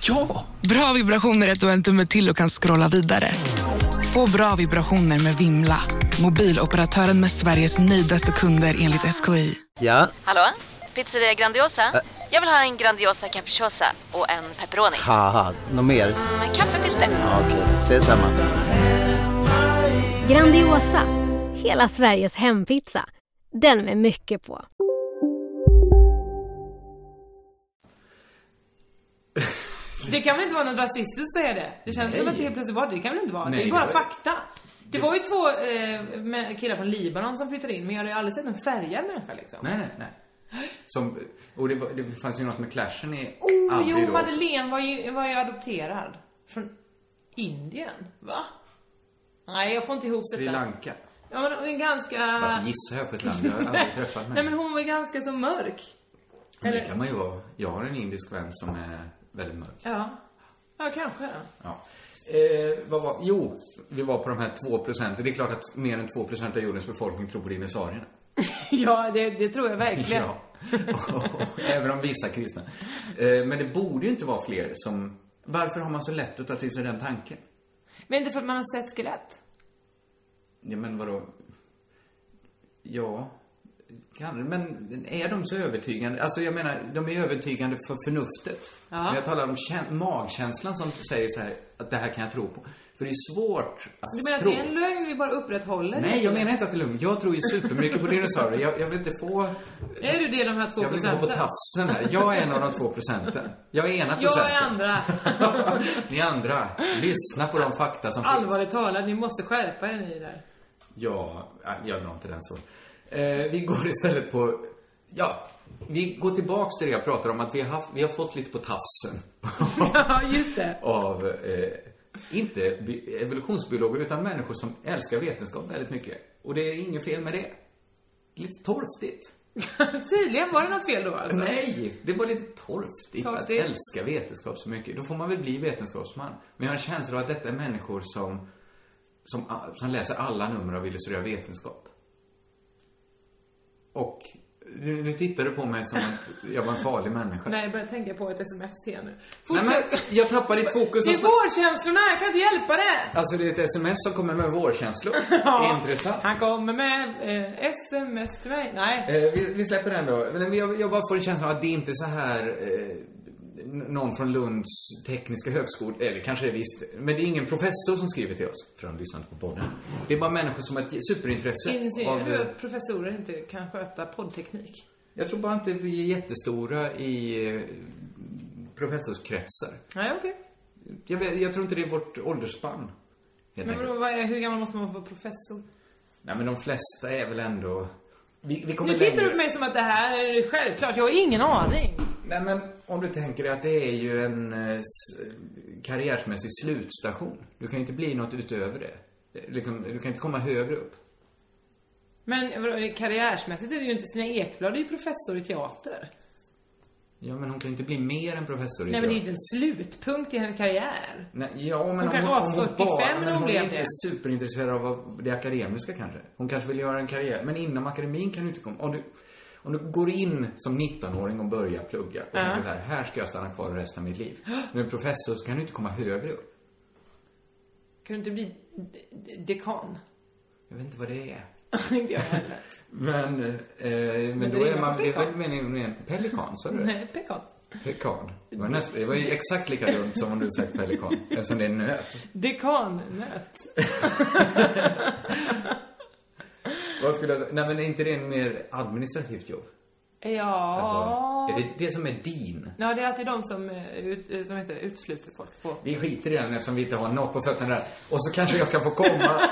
S6: Ja!
S7: Bra vibrationer är att du har en tumme till och kan scrolla vidare. Få bra vibrationer med Vimla. Mobiloperatören med Sveriges nöjdaste kunder enligt SKI.
S8: Ja,
S9: Hallå? Pizzeria Grandiosa? Jag vill ha en Grandiosa capriciosa och en pepperoni.
S8: haha, något mer?
S9: Med kaffefilter.
S8: Ja, Okej, ses samma.
S10: Grandiosa, hela Sveriges hempizza. Den med mycket på.
S5: Det kan väl inte vara något rasistiskt att säga det? Det känns som att det helt plötsligt var det. Det kan väl inte vara?
S4: Nej,
S5: det är
S4: det
S5: bara
S4: var-
S5: fakta. Det var ju två eh, med- killar från Libanon som flyttade in, men jag hade ju aldrig sett en färgad människa liksom.
S4: Nej, nej, nej. Som, och det, var, det fanns ju något med clashen i
S5: Oh,
S4: Abbey
S5: jo,
S4: då.
S5: Madeleine var ju, var ju adopterad. Från Indien, va? Nej, jag får inte ihop
S4: Sri
S5: detta.
S4: Lanka.
S5: Ja, men hon är ganska...
S4: Varför gissar jag på ett land? Jag har aldrig träffat
S5: Nej, men
S4: henne.
S5: hon var ganska så mörk.
S4: Men det
S5: eller-
S4: kan man ju vara. Jag har en indisk vän som är väldigt mörk.
S5: Ja. Ja, kanske.
S4: Ja. Eh, vad var, jo, vi var på de här två procenten. Det är klart att mer än två procent av jordens befolkning tror på dinosaurierna.
S5: Ja, det, det tror jag verkligen.
S4: Ja. Även om vissa kristna. Eh, Men det borde ju inte vara fler som... Varför har man så lätt att ta till sig den tanken?
S5: Men inte för att man har sett skelett.
S4: Ja, men vadå? Ja, kan, men är de så övertygande? Alltså jag menar, de är övertygande för förnuftet.
S5: Ja.
S4: Men jag talar om kä- magkänslan som säger så här, att det här kan jag tro på. För det är svårt att
S5: Du menar att
S4: tro.
S5: det är en lögn vi bara upprätthåller?
S4: Nej, jag menar inte att det är lugnt. Jag tror ju supermycket på dinosaurier. Jag, jag vill inte på...
S5: Är du det de här två
S4: Jag vill inte gå på
S5: procenten?
S4: tafsen här. Jag är en av de två procenten. Jag är ena
S5: Jag är
S4: procenten.
S5: andra.
S4: Ni andra, lyssna på de fakta som finns.
S5: Allvarligt talat, ni måste skärpa er ni där.
S4: Ja, äh, jag la inte den så. Eh, vi går istället på, ja, vi går tillbaks till det jag pratade om att vi har, haft, vi har fått lite på tafsen
S5: Ja, just det.
S4: av, eh, inte bi- evolutionsbiologer utan människor som älskar vetenskap väldigt mycket. Och det är inget fel med det. Lite torftigt.
S5: Tydligen var det något fel då alltså.
S4: Nej, det var lite torftigt att
S5: Torftigt.
S4: älska vetenskap så mycket. Då får man väl bli vetenskapsman. Men jag har en känsla av att detta är människor som, som, som läser alla nummer av Illustrerad vetenskap. Och nu, nu tittar du på mig som att jag var en farlig människa.
S5: Nej, jag börjar tänka på ett sms här nu.
S4: Nej,
S5: Fortsätt.
S4: men jag tappar ditt fokus.
S5: Det
S4: Och
S5: är vårkänslorna, jag kan inte hjälpa det!
S4: Alltså det är ett sms som kommer med vårkänslor.
S5: Ja.
S4: Intressant.
S5: Han kommer med eh, sms till mig. Nej.
S4: Eh, vi, vi släpper den då. Men jag, jag bara får en känsla av att det inte är så här eh, n- någon från Lunds tekniska högskola, eller kanske det är visst, men det är ingen professor som skriver till oss, för de lyssnar inte på podden. Det är bara människor som har ett superintresse av...
S5: Inser du
S4: eh,
S5: att professorer inte kan sköta poddteknik?
S4: Jag tror bara inte vi är jättestora i eh, professorskretsar.
S5: Nej, okej.
S4: Jag, vet- jag tror inte det är vårt åldersspann, helt
S5: Men
S4: enkelt.
S5: vadå, vad är, hur gammal måste man vara för professor?
S4: Nej, men de flesta är väl ändå... Vi, vi kommer
S5: Nu tittar
S4: längre.
S5: du på mig som att det här är självklart, jag har ingen aning.
S4: Nej men om du tänker dig att det är ju en eh, s- karriärmässig slutstation. Du kan ju inte bli något utöver det. Eh, Liksom, du kan inte komma högre upp.
S5: Men vadå, karriärsmässigt är det ju inte Stina Ekblad, det är ju professor i teater.
S4: Ja men hon kan ju inte bli mer än professor i
S5: Nej men det är ju
S4: teater.
S5: inte en slutpunkt i hennes karriär.
S4: Nej, ja, men
S5: Hon
S4: om
S5: kan
S4: hon,
S5: vara
S4: om hon
S5: 45
S4: bara,
S5: när
S4: men
S5: hon
S4: hon
S5: blev
S4: är inte
S5: det.
S4: superintresserad av vad- det akademiska kanske. Hon kanske vill göra en karriär, men inom akademin kan du inte komma. Om du, om du går in som 19-åring och börjar plugga och
S5: Ja.
S4: tänker så här, här ska jag stanna kvar resten av mitt liv. Men professor så kan du inte komma högre upp.
S5: Kan du inte bli d- d- dekan?
S4: Jag vet inte vad det är.
S5: Inte jag heller.
S4: Men, eh, men,
S5: Men
S4: då
S5: det är
S4: är man, det är
S5: pekan.
S4: väl meningen med en pelikan, sa du det?
S5: Nej, dekan.
S4: Pekan. Det var, näst, det var ju exakt lika dumt som om du sagt pelikan, eftersom det är en nöt.
S5: Dekannöt.
S4: Vad skulle jag säga? Nej men är inte det en mer administrativt jobb?
S5: Ja.
S4: Är det det som är din?
S5: Ja, det är alltid de som, eh, ut, eh, som heter, utesluter folk på...
S4: Vi skiter i den eftersom vi inte har något på fötterna där. Och så kanske jag kan få komma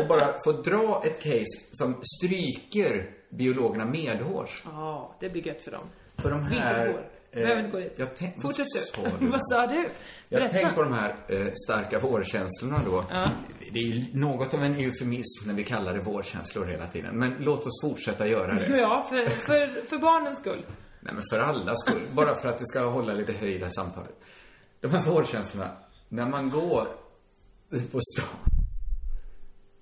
S4: och bara få dra ett case som stryker biologerna medhårs.
S5: Ja, det blir gött för dem.
S4: För de här... eh,
S5: Vilket år? Behöver inte gå dit.
S4: jag tänk-
S5: Fortsätt
S4: Sa
S5: du. Vad sa du?
S4: Jag
S5: Berätta.
S4: tänker på de här eh, starka vårkänslorna då.
S5: Ja.
S4: Det är ju något av en eufemism när vi kallar det vårkänslor hela tiden. Men låt oss fortsätta göra det.
S5: Ja, för, för, för barnens skull.
S4: Nej, men för alla skull. Bara för att det ska hålla lite höjd i det här samtalet. De här vårkänslorna. När man går på stan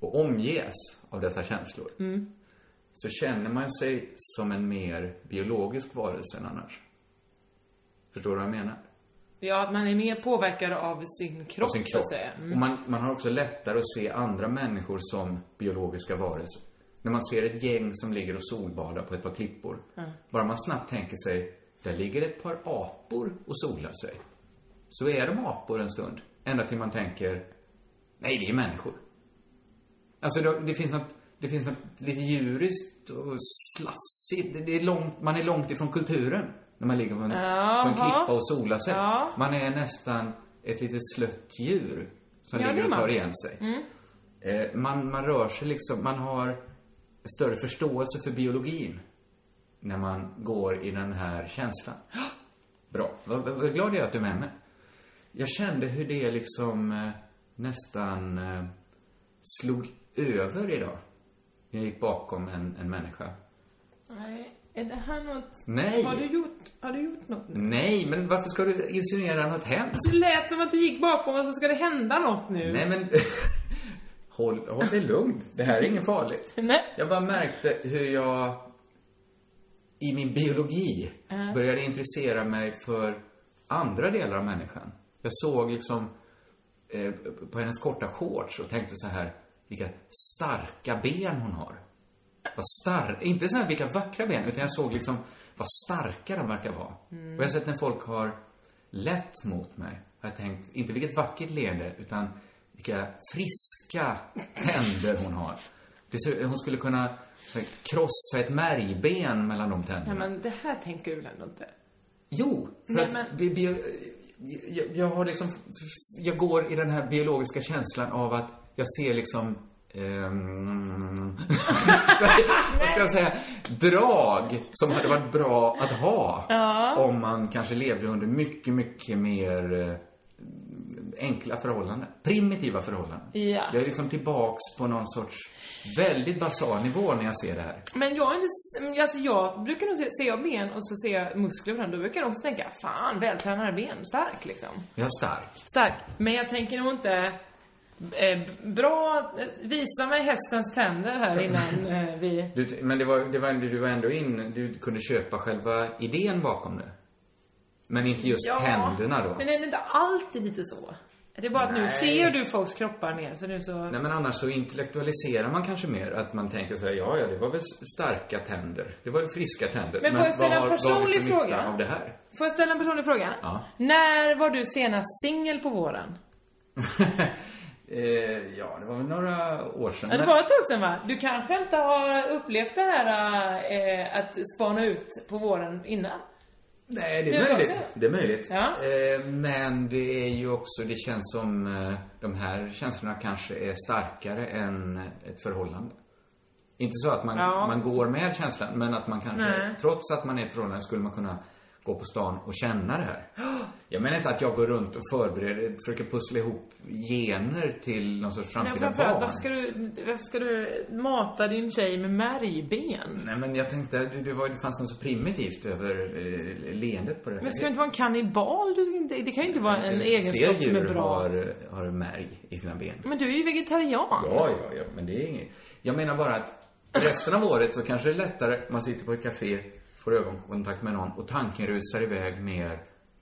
S4: och omges av dessa känslor
S5: Mm.
S4: så känner man sig som en mer biologisk varelse än annars. Förstår du vad jag menar?
S5: Ja, att man är mer påverkad av sin kropp,
S4: av sin
S5: så
S4: kropp.
S5: att säga. Mm.
S4: Och man, man har också lättare att se andra människor som biologiska varelser. När man ser ett gäng som ligger och solbadar på ett par klippor.
S5: Ja.
S4: Bara man snabbt tänker sig, där ligger ett par apor och solar sig. Så är de apor en stund. Ända till man tänker, nej det är människor. Alltså det, det finns något, det finns något lite djuriskt och slafsigt. Det- Det är långt, man är långt ifrån kulturen. När man ligger på en, på en
S5: Jaha.
S4: klippa och solar sig.
S5: Ja.
S4: Man är nästan ett litet slött djur som
S5: Ja, det
S4: ligger
S5: är
S4: och tar
S5: man.
S4: igen sig.
S5: Mm.
S4: Eh, man, man rör sig liksom, man har större förståelse för biologin när man går i den här känslan. Bra. Vad, vad, vad glad jag är att du är med mig. Jag kände hur det liksom eh, nästan eh, slog över idag. Jag gick bakom en, en människa.
S5: Nej, är det här något...
S4: Nej.
S5: Har du gjort, har du gjort något nu?
S4: Nej, men varför ska du insinuera något hemskt?
S5: Det lät som att du gick bakom och så ska det hända något nu.
S4: Nej, men... håll, håll dig lugn. Det här är inget farligt.
S5: Nej.
S4: Jag bara märkte hur jag i min biologi
S5: Ja.
S4: började intressera mig för andra delar av människan. Jag såg liksom eh, på hennes korta shorts och tänkte så här, vilka starka ben hon har. Vad stark, inte så här vilka vackra ben, utan jag såg liksom vad starka de verkar vara.
S5: Mm.
S4: Och jag har sett när folk har lett mot mig, har jag tänkt, inte vilket vackert leende, utan vilka friska tänder hon har. Det ser, hon skulle kunna så här, krossa ett märgben mellan de tänderna.
S5: Nej, men det här tänker du väl ändå inte?
S4: Jo, för
S5: Nej,
S4: att
S5: men-
S4: bi- bio- jag, jag har liksom, jag går i den här biologiska känslan av att jag ser liksom, ehm, vad ska jag säga, drag som hade varit bra att ha.
S5: Ja.
S4: Om man kanske levde under mycket, mycket mer eh, enkla förhållanden. Primitiva förhållanden.
S5: Ja.
S4: Jag är liksom tillbaks på någon sorts väldigt basal nivå när jag ser det här.
S5: Men jag, är inte, s- men alltså jag brukar nog se, ser jag ben och så ser jag muskler på den, då brukar jag också tänka, fan, vältränade ben, stark liksom.
S4: Jag är stark.
S5: Stark. Men jag tänker nog inte, eh, b- bra, eh, visa mig hästens tänder här innan eh, vi...
S4: Du, men det var, det var, du var ändå in, du kunde köpa själva idén bakom det. Men inte just tänderna då.
S5: Men är det inte alltid lite så? Det är bara att nu
S4: Nej.
S5: ser du folks kroppar mer, så nu så...
S4: Nej men annars så intellektualiserar man kanske mer. Att man tänker så här, ja ja det var väl starka tänder. Det var väl friska tänder.
S5: Men får jag ställa en
S4: vad har- vad har vi
S5: personlig
S4: för nytta
S5: fråga?
S4: av det här?
S5: Får jag ställa en personlig fråga?
S4: Ja.
S5: När var du senast singel på våren?
S4: Eh, ja, det var väl några år sedan.
S5: Ja, det
S4: Men-
S5: var ett tag sedan va? Du kanske inte har upplevt det här eh, att spana ut på våren innan?
S4: Nej, det
S5: Det är
S4: är möjligt.
S5: också-
S4: Det är möjligt.
S5: Ja.
S4: Eh, Men det är ju också, det känns som eh, de här känslorna kanske är starkare än ett förhållande. Inte så att man,
S5: Ja.
S4: man går med känslan, men att man kanske,
S5: Nej.
S4: trots att man är i ett förhållande, skulle man kunna gå på stan och känna det här. Jag menar inte att jag går runt och förbereder, försöker pussla ihop gener till någon sorts
S5: Men
S4: framtida
S5: framförallt,
S4: barn.
S5: varför ska, du, varför ska du mata din tjej med märgben?
S4: Nej, men jag tänkte, det, det, var, det fanns något så primitivt över eh, leendet på det.
S5: Men ska du inte vara en kannibal? Du, ska inte- det kan ju inte vara en
S4: Eller
S5: egenskap som är
S4: Fler djur
S5: bra. Mm.
S4: har, har märg i sina ben.
S5: Men du är ju vegetarian.
S4: Ja, ja, ja, men det är inget. Jag menar bara att resten av året så kanske det är lättare, man sitter på ett café, får ögonkontakt med någon och tanken rusar iväg mer,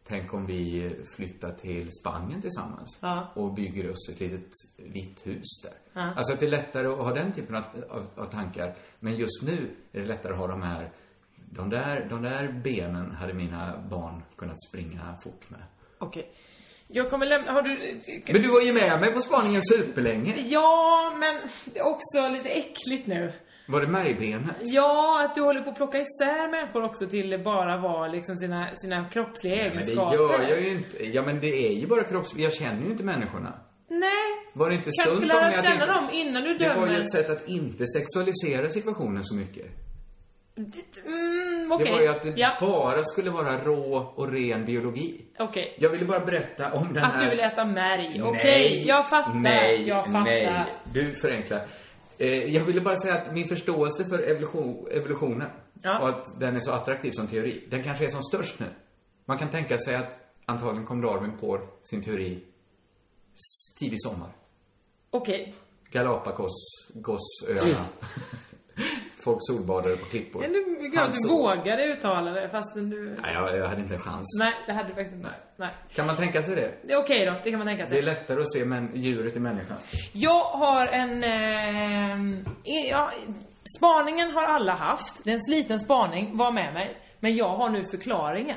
S4: tänk om vi flyttar till Spanien tillsammans
S5: Ja.
S4: och bygger oss ett litet vitt hus där.
S5: Ja.
S4: Alltså att det är lättare att ha den typen av, av, av tankar, men just nu är det lättare att ha de här de där, de där benen hade mina barn kunnat springa fort med.
S5: Okej. Jag kommer lämna... Har du...
S4: Men du var ju med mig på spaningen superlänge.
S5: Ja, men det är också lite äckligt nu.
S4: Var det märgbenet?
S5: Ja, att du håller på att plocka isär människor också till bara vara liksom sina, sina kroppsliga
S4: Men det
S5: egenskaper.
S4: gör jag ju inte. Ja, men det är ju bara kropps... Jag känner ju inte människorna.
S5: Nej.
S4: Var det inte
S5: Kanske
S4: sunt
S5: lära
S4: av mig att
S5: känna
S4: inte-
S5: dem innan du
S4: Det var ju
S5: dömer.
S4: ett sätt att inte sexualisera situationen så mycket.
S5: Mm, okej.
S4: Det var ju att det
S5: Ja,
S4: bara skulle vara rå och ren biologi.
S5: okej.
S4: Jag ville bara berätta om den
S5: Att
S4: här...
S5: du vill äta märg. Okej,
S4: Nej,
S5: jag fattar.
S4: Nej,
S5: jag fattar.
S4: nej. Du förenklar. Eh, jag ville bara säga att min förståelse för evolution, evolutionen
S5: Ja.
S4: och att den är så attraktiv som teori, den kanske är som störst nu. Man kan tänka sig att antagligen kom Darwin på sin teori s- tidig sommar.
S5: Okej.
S4: Galapagos,
S5: Mm.
S4: gossöarna. Folk solbadade på klippor.
S5: Men du är glad
S4: Han
S5: att du
S4: såg-
S5: vågade uttala det fastän du...
S4: Nej, jag, jag hade inte en chans.
S5: Nej, det hade du faktiskt inte. Nej.
S4: Kan man tänka sig det?
S5: Det är okej då, det kan man tänka sig.
S4: Det är lättare att se män, djuret i människan.
S5: Jag har en... Eh, e- ja, spaningen har alla haft. Det är en sliten spaning, var med mig. Men jag har nu förklaringen.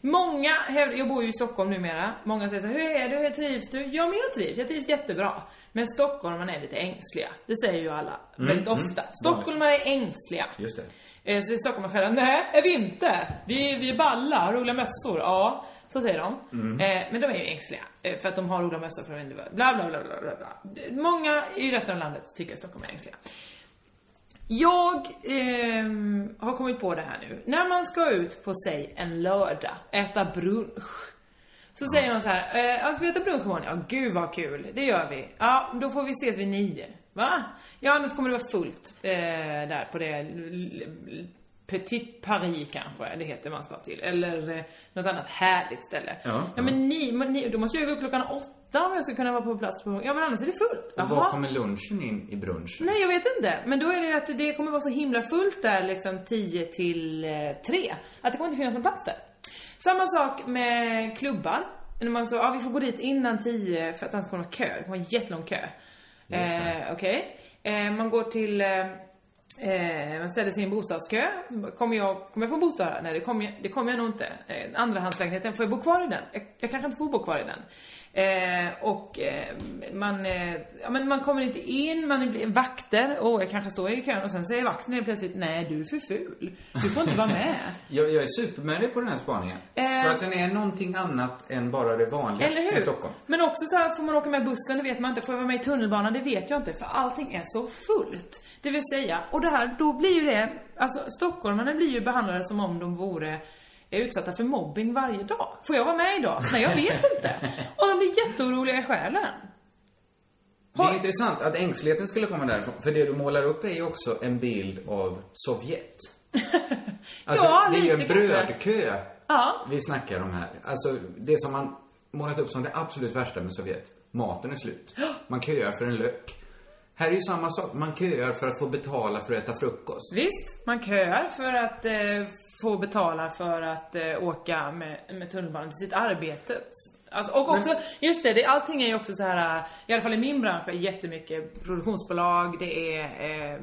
S5: Många hävdar, jag bor ju i Stockholm numera, många säger så här, hur är du, hur trivs du? Ja men jag trivs, jag trivs jättebra. Men stockholmarna är lite ängsliga. Det säger ju alla
S4: Mm,
S5: väldigt
S4: mm,
S5: ofta.
S4: vanligt.
S5: Stockholmare är ängsliga.
S4: Just det.
S5: Eh, Så säger stockholmarna själva, nej är vi inte. Vi, vi är balla, roliga mössor. Ja, så säger de.
S11: Mm.
S5: Eh, men de är ju ängsliga eh, för att de har roliga mössor för att de inte bla bla bla bla bla. bla. Det- Många i resten av landet tycker att Stockholm är ängsliga. Jag ehm, har kommit på det här nu. När man ska ut på, säg en lördag, äta brunch. Så säger de så här, eh, ja, ska vi äta brunch imorgon? Ja, gud vad kul, det gör vi. Ja, då får vi ses vid nio. Va? Ja, annars kommer det vara fullt eh, där på det l- l- Petit Paris kanske det heter man ska till. Eller eh, något annat härligt ställe.
S4: Ja, ja.
S5: men ni, men ni, då måste jag gå upp klockan åtta om jag ska kunna vara på plats på... Ja men annars är det fullt.
S4: Och
S5: Jaha.
S4: var kommer lunchen in i brunchen?
S5: Nej, jag vet inte. Men då är det att det kommer vara så himla fullt där liksom 10 till eh, 3. Att det kommer inte finnas någon plats där. Samma sak med klubbar. När man sa, ja vi får gå dit innan 10 för att annars kommer det vara kö. Det kommer vara en jättelång kö. Eh, Okej. Eh, man går till, eh, eh, man ställer sig i en bostadskö. Så bara, Kommer jag, kommer jag få bostad här? Nej, det kommer jag, det kommer jag nog inte. Eh, andrahandslägenheten, får jag bo kvar i den? Jag, jag kanske inte får bo kvar i den. Eh, och eh, man, eh, ja, men man kommer inte in, man blir vakter. Åh, jag kanske står i kön och sen säger vakten helt plötsligt, nej du är för ful. Du får inte vara med.
S4: Jag, jag är supermärdig på den här spaningen.
S5: Eh.
S4: För att den är någonting annat än bara det vanliga
S5: Eller
S4: med
S5: hur?
S4: Stockholm.
S5: Men också så här, får man åka med bussen, det vet man inte. Får jag vara med i tunnelbanan, det vet jag inte. För allting är så fullt. Det vill säga, och det här, då blir ju det, alltså stockholmarna blir ju behandlade som om de vore är utsatta för mobbing varje dag. Får jag vara med idag? Nej, jag vet inte. Och de blir jätteoroliga i själen.
S4: Det är intressant att ängsligheten skulle komma därifrån. För det du målar upp är ju också en bild av Sovjet. Alltså,
S5: Ja,
S4: det är ju en
S5: lite kanske.
S4: brödkö
S5: Ja.
S4: vi snackar om här. Alltså, det som man målat upp som det absolut värsta med Sovjet. Maten är slut. Man köar för en lök. Här är ju samma sak. Man köar för att få betala för att äta frukost.
S5: Visst, man köar för att eh, få betala för att eh, åka med, med tunnelbanan till sitt arbete. Alltså, och också, just det, det, allting är ju också så här, eh, i alla fall i min bransch, är jättemycket produktionsbolag, det är eh,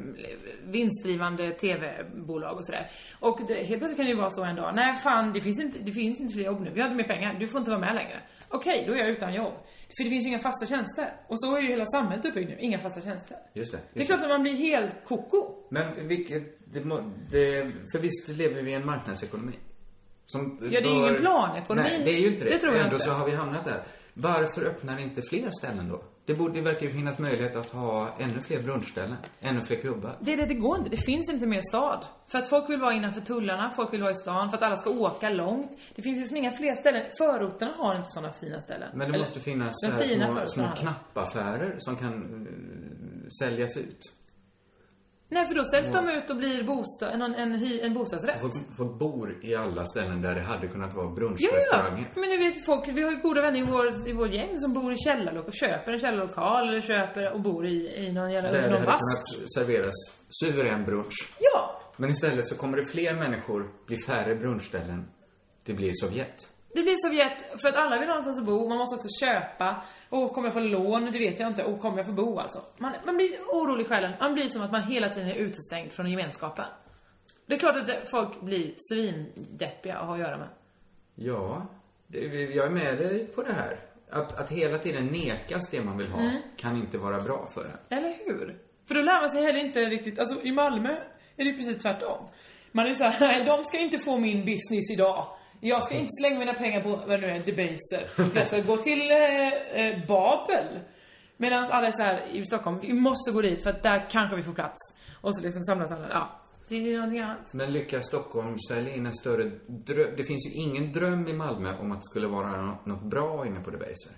S5: vinstdrivande TV-bolag och sådär. Och det, helt plötsligt kan det ju vara så en dag, nej fan det finns inte, det finns inte fler jobb nu, vi har inte mer pengar, du får inte vara med längre. Okej, då är jag utan jobb. För det finns ju inga fasta tjänster. Och så är ju hela samhället uppbyggt nu, inga fasta tjänster.
S4: Just det.
S5: Det är klart att man blir helt koko.
S4: Men vilket... Det, må- det, för visst lever vi i en marknadsekonomi? Som
S5: Ja, det är ju ingen planekonomi.
S4: Nej, det är ju inte det.
S5: Det tror jag
S4: Ändå
S5: inte.
S4: så har vi hamnat där. Varför öppnar inte fler ställen då? Det, borde, det verkar ju finnas möjlighet att ha ännu fler brunchställen, ännu fler klubbar.
S5: Det är det, det går inte. Det finns inte mer stad. För att folk vill vara innanför tullarna, folk vill vara i stan, för att alla ska åka långt. Det finns liksom inga fler ställen. Förorterna har inte sådana fina ställen.
S4: Men det
S5: Eller,
S4: måste finnas
S5: de
S4: så här
S5: fina
S4: små, små
S5: förorterna.
S4: knappaffärer som kan eh, säljas ut.
S5: Nej, för då säljs de ut och blir bostad, en, en, en, hy- en bostadsrätt.
S4: Folk, folk bor i alla ställen där det hade kunnat vara
S5: Ja, ja.
S4: brunchrestauranger.
S5: Men ni vet folk, vi har ju goda vänner i vår, i vår gäng som bor i källarlokal, köper en källarlokal eller köper och bor i, i någon jävla
S4: Där det
S5: någon
S4: hade
S5: vask.
S4: kunnat serveras suverän brunch.
S5: Ja!
S4: Men istället så kommer det fler människor, bli färre brunchställen. Det blir Sovjet.
S5: Det blir Sovjet, för att alla vill ha någonstans att bo, man måste också köpa. Och kommer jag få lån? Det vet jag inte. Och kommer jag få bo alltså? Man, man blir orolig i själen. Man blir som att man hela tiden är utestängd från gemenskapen. Det är klart att det- folk blir svindeppiga att ha att göra med.
S4: Ja, det, jag är med dig på det här. Att, att hela tiden nekas det man vill ha
S5: Mm.
S4: kan inte vara bra för en.
S5: Eller hur? För då lär man sig heller inte riktigt, alltså i Malmö är det ju precis tvärtom. Man är så här, nej de ska inte få min business idag. Jag ska inte slänga mina pengar på, vad nu är, Debaser. Jag ska gå till eh, eh, Babel. Medan alla är så här i Stockholm, vi måste gå dit för att där kanske vi får plats. Och så liksom samlas alla, ja. Det är någonting annat.
S4: Men lyckas Stockholm sälja in en större dröm? Det finns ju ingen dröm i Malmö om att det skulle vara nå- något bra inne på Debaser.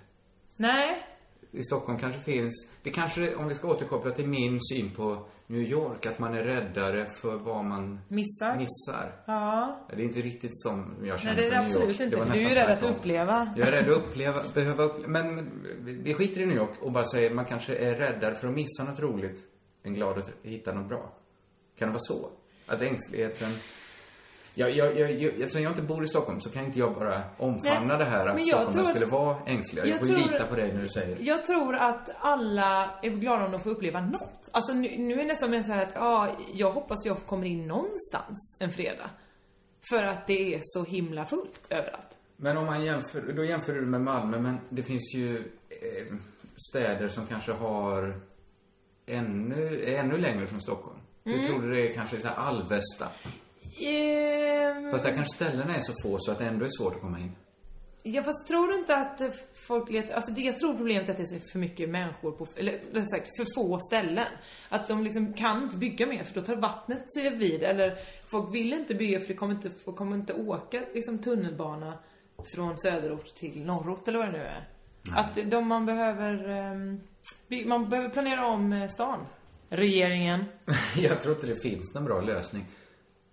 S5: Nej,
S4: I Stockholm kanske finns, det kanske, om vi ska återkoppla till min syn på New York, att man är räddare för vad man
S5: missar.
S4: missar.
S5: Ja.
S4: Det är inte riktigt som jag känner
S5: Nej det är det
S4: för New York.
S5: absolut inte.
S4: var
S5: Du är ju
S4: nästan
S5: rädd att
S4: tvärtom.
S5: uppleva.
S4: Jag är rädd att uppleva, behöva uppleva. Men men vi- vi skiter i New York och bara säger man kanske är räddare för att missa något roligt än glad att hitta något bra. Kan det vara så? Att ängsligheten... Jag, jag, jag, jag, eftersom jag inte bor i Stockholm så kan inte jag bara omfamna
S5: Nej,
S4: det här
S5: men
S4: att
S5: jag
S4: stockholmare
S5: tror att-
S4: skulle vara ängsliga. Jag,
S5: jag
S4: får ju
S5: tror-
S4: lita på dig när du säger
S5: Jag tror att alla är glada om de får uppleva något. Alltså nu, nu är det nästan mer så här att, ja, jag hoppas jag kommer in någonstans en fredag. För att det är så himla fullt överallt.
S4: Men om man jämför, då jämför du med Malmö, men det finns ju eh, städer som kanske har ännu, är ännu längre från Stockholm.
S5: Mm.
S4: Du trodde det är kanske så här Alvesta.
S5: Ehm,
S4: Fast där kanske ställena är så få så att det ändå är svårt att komma in.
S5: Ja, fast tror du inte att eh, folk letar... Alltså det, jag tror problemet är att det är så för mycket människor på... Eller rättare sagt, för få ställen. Att de liksom kan inte bygga mer för då tar vattnet sig vid. Eller folk vill inte bygga för det kommer inte, folk kommer inte åka liksom tunnelbana från söderort till norrort eller vad det nu är. Att de, man behöver... ehm, by- Man behöver planera om eh, stan. Regeringen.
S4: Jag tror inte det finns någon bra lösning.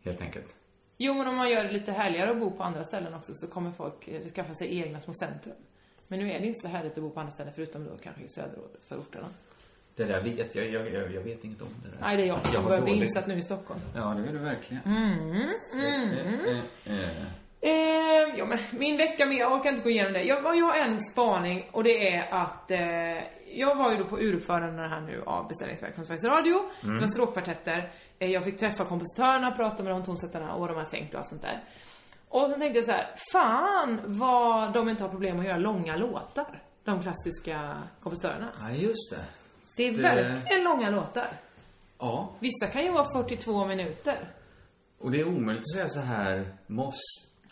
S4: helt enkelt.
S5: Jo, men om man gör det lite härligare att bo på andra ställen också så kommer folk eh, skaffa sig egna små centrum. Men nu är det inte så härligt att bo på andra ställen förutom då kanske i söderförorterna.
S4: Det där vet jag, jag, jag, jag vet inget om det där.
S5: Nej, det är jag som
S4: var
S5: börjar bli
S4: dålig.
S5: insatt nu i Stockholm.
S4: Ja, det är du verkligen.
S5: Mm, mm.
S4: Eh, eh.
S5: Eh, ja, men min vecka med, jag orkar inte gå igenom det. Jag, jag har en spaning och det är att eh, jag var ju då på uruppföranden här nu av beställningsverk från Sveriges Radio.
S11: Mm.
S5: Det var stråkkvartetter. Eh, jag fick träffa kompositörerna, prata med de tonsättarna och vad de hade tänkt och allt sånt där. Och så tänkte jag så här, fan vad de inte har problem att göra långa låtar. De klassiska kompositörerna.
S4: Ja, just det.
S5: Det är
S4: Det-
S5: verkligen långa låtar.
S4: Ja.
S5: Vissa kan ju vara 42 minuter.
S4: Och det är omöjligt att säga så här, måste...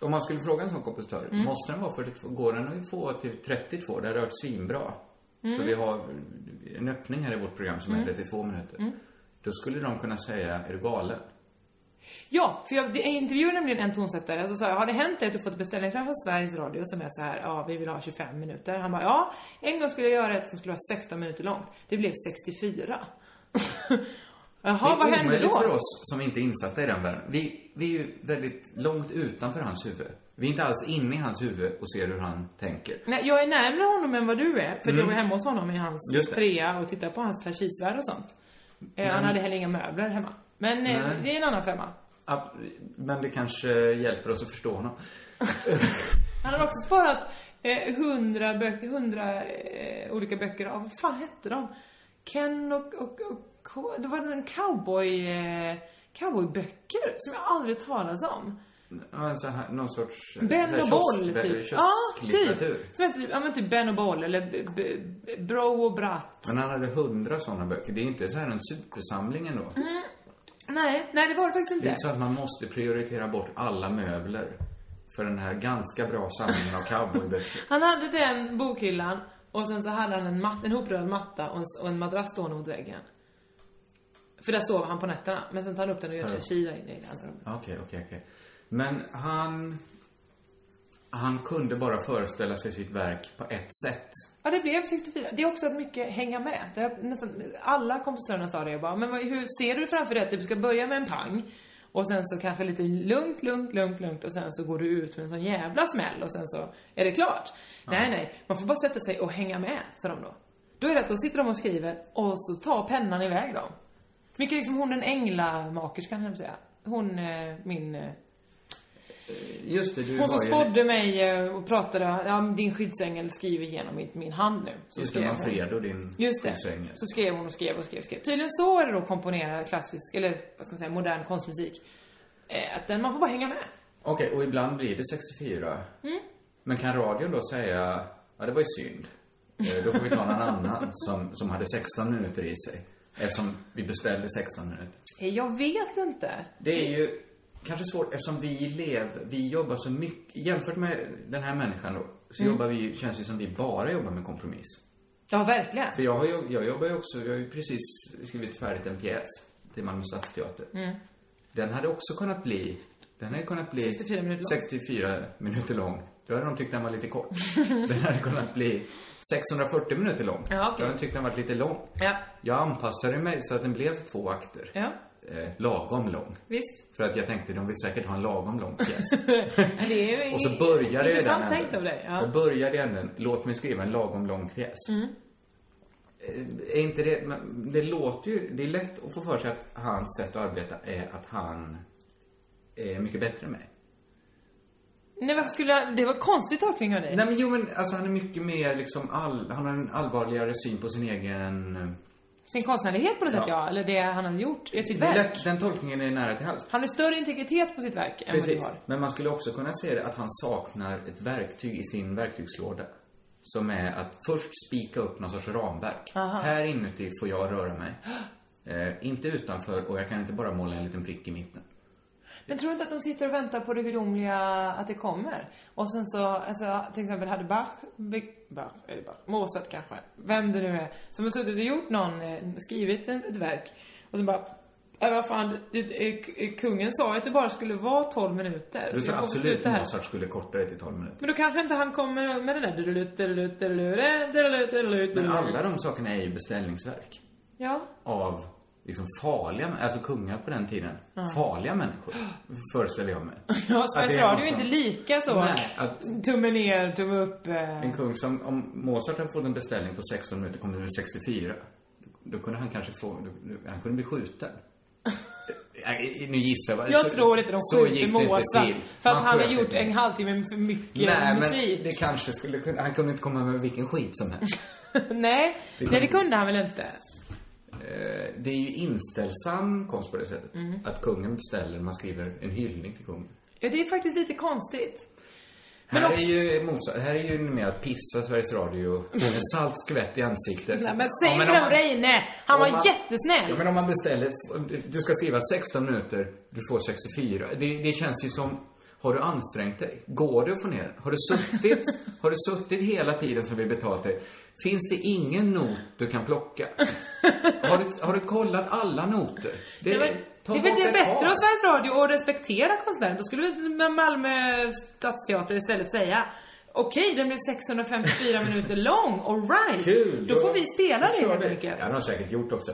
S4: Om man skulle fråga en sån kompositör,
S5: Mm.
S4: måste den vara 42? Går den att få till 32? Det hade varit svinbra.
S5: Mm.
S4: För vi har en öppning här i vårt program som är
S5: Mm.
S4: 32 minuter.
S5: Mm.
S4: Då skulle de kunna säga, är du galen?
S5: Ja, för jag, jag intervjuade nämligen en tonsättare och så sa jag, har det hänt dig att du fått beställningskrav från Sveriges Radio som är så här, ja vi vill ha 25 minuter. Han bara, ja, en gång skulle jag göra ett som skulle vara 16 minuter långt. Det blev 64. Jaha, vad
S4: det är
S5: hände
S4: omöjligt
S5: då?
S4: för oss som inte är insatta i den världen. Vi, vi är ju väldigt långt utanför hans huvud. Vi är inte alls inne i hans huvud och ser hur han tänker.
S5: Nej, jag är närmare honom än vad du är, för jag
S4: Mm.
S5: var hemma hos honom i hans
S4: Just det.
S5: trea och tittade på hans trashysvärd och sånt. Eh, Han
S4: Men-
S5: hade heller inga möbler hemma. Men eh,
S4: Nej.
S5: det är en annan femma.
S4: Ab- Men det kanske hjälper oss att förstå honom.
S5: Han har också sparat eh, hundra böcker, hundra eh, olika böcker av, vad fan hette de? Ken och, och, och K- det var en cowboy, eh, cowboyböcker som jag aldrig talas om.
S4: Ja, en sån här, någon sorts... så
S5: Ben
S4: här
S5: och
S4: kiosk-
S5: boll,
S4: väl-
S5: typ. Ja, typ.
S4: kiosklitteratur.
S5: Som heter typ, ja men typ Ben och boll eller b, b, b, Bro och Bratt.
S4: Men han hade hundra sådana böcker. Det är inte så här en supersamling ändå.
S5: Mm. Nej, nej det var det faktiskt
S4: Det är
S5: inte.
S4: inte så att man måste prioritera bort alla möbler för den här ganska bra samlingen av cowboyböcker.
S5: Han hade den bokhyllan och sen så hade han en, mat, en hoprörd matta och en, s- och en madrass stående mot väggen. För där sover han på nätterna. Men sen tar han upp den och gör
S4: Ja.
S5: till en kila inne i det andra rummet.
S4: Okej, okej, okej. Men han... Han kunde bara föreställa sig sitt verk på ett sätt.
S5: Ja, det blev 64. Det är också att mycket hänga med. Det har nästan, alla kompositörerna sa det. Jag bara, men vad, hur ser du framför dig att du ska börja med en pang? Och sen så kanske lite lugnt, lugnt, lugnt, lugnt och sen så går du ut med en sån jävla smäll och sen så är det klart. Nej, nej. Man får bara sätta sig och hänga med, sa de då. Då är det att då sitter de och skriver och så tar pennan iväg dem. Mycket liksom hon den änglamakerskan, kan jag säga. Hon, eh, min... eh,
S4: Just det, du
S5: Hon som
S4: var ju...
S5: spådde mig eh, och pratade, ja men din skyddsängel skriver genom min, min hand nu. Så
S4: Just
S5: skrev
S4: det,
S5: hon.
S4: Manfredo, din
S5: Just det.
S4: skyddsängel.
S5: Så skrev hon och skrev och skrev och skrev. Tydligen så är det då att komponera klassisk, eller vad ska man säga, modern konstmusik. Eh, att den, man får bara hänga med.
S4: Okej, och ibland blir det 64.
S5: Mm.
S4: Men kan radion då säga, ja det var ju synd. Eh, Då får vi ta någon annan som, som hade 16 minuter i sig. Eftersom vi beställde 16 minuter.
S5: Eh, Jag vet inte.
S4: Det är ju kanske svårt eftersom vi lever, vi jobbar så mycket, jämfört med den här människan då, så
S5: Mm.
S4: jobbar vi, ju- känns det som vi bara jobbar med kompromiss.
S5: Ja, verkligen.
S4: För jag, har, ju- jag jobbar ju också, jag har ju precis skrivit färdigt en pjäs till Malmö Stadsteater.
S5: Mm.
S4: Den hade också kunnat bli... Den hade kunnat bli...
S5: 64 minuter lång.
S4: 64 minuter lång. Då hade de tyckt den var lite kort. den hade kunnat bli 640 minuter lång.
S5: Ja, okej.
S4: Då hade de tyckt den varit lite lång.
S5: Ja.
S4: Jag anpassade mig så att den blev två akter.
S5: Ja.
S4: Eh, lagom lång.
S5: Visst.
S4: För att jag tänkte, de vill säkert ha en lagom lång pjäs.
S5: Men det är ju
S4: Och så börjar det i den
S5: Intressant
S4: änden.
S5: tänkt av dig. Ja.
S4: Jag börjar i änden, låt mig skriva en lagom lång pjäs.
S5: Mm.
S4: Eh, Är inte det, men det låter ju, det är lätt att få för sig att hans sätt att arbeta är att han är mycket bättre än mig.
S5: Mm. Nej, varför skulle jag, det var konstig tolkning av dig.
S4: Nej men jo men alltså han är mycket mer liksom all, han har en allvarligare syn på sin egen... eh,
S5: Sin konstnärlighet på något sätt,
S4: Ja.
S5: ja. Eller det han har gjort i sitt
S4: Det är
S5: verk.
S4: lätt, den tolkningen är nära till hans.
S5: Han har större integritet på sitt verk än vad du
S4: Precis.
S5: har.
S4: Men man skulle också kunna se det att han saknar ett verktyg i sin verktygslåda. Som är att först spika upp någon sorts ramverk.
S5: Aha.
S4: Här inuti får jag röra mig. Eh, inte utanför och jag kan inte bara måla en liten prick i mitten.
S5: Men tror du inte att de sitter och väntar på det gudomliga, att det kommer? Och sen så, alltså, till exempel hade Bach, Be- Bach, är det Bach? Mozart kanske, vem det nu är, som har suttit och gjort någon, eh, skrivit en- ett verk. Och sen bara, äh, vad fan, du, eh, k- eh, kungen sa att det bara skulle vara 12 minuter.
S4: Du
S5: så
S4: tror
S5: jag får
S4: absolut
S5: sluta här.
S4: Mozart skulle korta det till 12 minuter.
S5: Men då kanske inte han kommer med det där dudelut, dudelut, dudelut, dudelut, dudelut,
S4: Men
S5: dudelut.
S4: alla de sakerna är ju beställningsverk.
S5: Ja.
S4: Av liksom farliga, alltså kungar på den tiden.
S5: Ja.
S4: Farliga människor, föreställer jag mig.
S5: Ja,
S4: Att det
S5: Sveriges
S4: är
S5: Radio är inte
S4: någonstans-
S5: lika så.
S4: Nej, att
S5: Tumme ner, tumme upp. eh.
S4: en kung som, om Mozart hade fått en beställning på 16 minuter, kom den vid 64. Då kunde han kanske få, då- han kunde bli skjuten. Nej, nu gissar jag.
S5: Jag
S4: Så-
S5: tror inte de
S4: så gick
S5: skjuter
S4: det inte
S5: Mozart.
S4: till.
S5: För att
S4: Man
S5: han har
S4: sköt
S5: gjort
S4: inte.
S5: en halvtimme för mycket
S4: Nej,
S5: musik.
S4: men det kanske skulle kunna, han kunde inte komma med vilken skit som helst.
S5: Nej,
S4: Det
S5: nej, det
S4: kunde-
S5: kunde han väl inte.
S4: Eh, Det är ju inställsam konst på det sättet.
S5: Mm.
S4: Att kungen beställer, man skriver en hyllning till kungen.
S5: Ja, det är faktiskt lite konstigt. Men
S4: här,
S5: också-
S4: är ju motsa- här är ju numera att pissa Sveriges Radio med salt skvätt i ansiktet.
S5: Nej, men säg
S4: Ja,
S5: inte
S4: om
S5: om
S4: man-
S5: Reine!
S4: om
S5: Han var
S4: man-
S5: jättesnäll.
S4: Ja, men om man beställer, du ska skriva 16 minuter, du får 64. Det, det känns ju som, har du ansträngt dig? Går du upp och ner? Har du suttit, har du suttit hela tiden som vi betalt dig? Finns det ingen not du kan plocka? Har du, har du kollat alla noter?
S5: Det, är väl-
S4: ta
S5: det är väl
S4: bort
S5: det
S4: ett
S5: bättre
S4: par.
S5: av Sveriges Radio att respektera konstnären. Då skulle väl Malmö Stadsteater istället säga Okej, den blev 654 minuter lång, alright!
S4: Kul!
S5: Då får vi spela
S4: då
S5: det
S4: kör
S5: helt
S4: vi.
S5: enkelt.
S4: Ja, det har de säkert gjort också.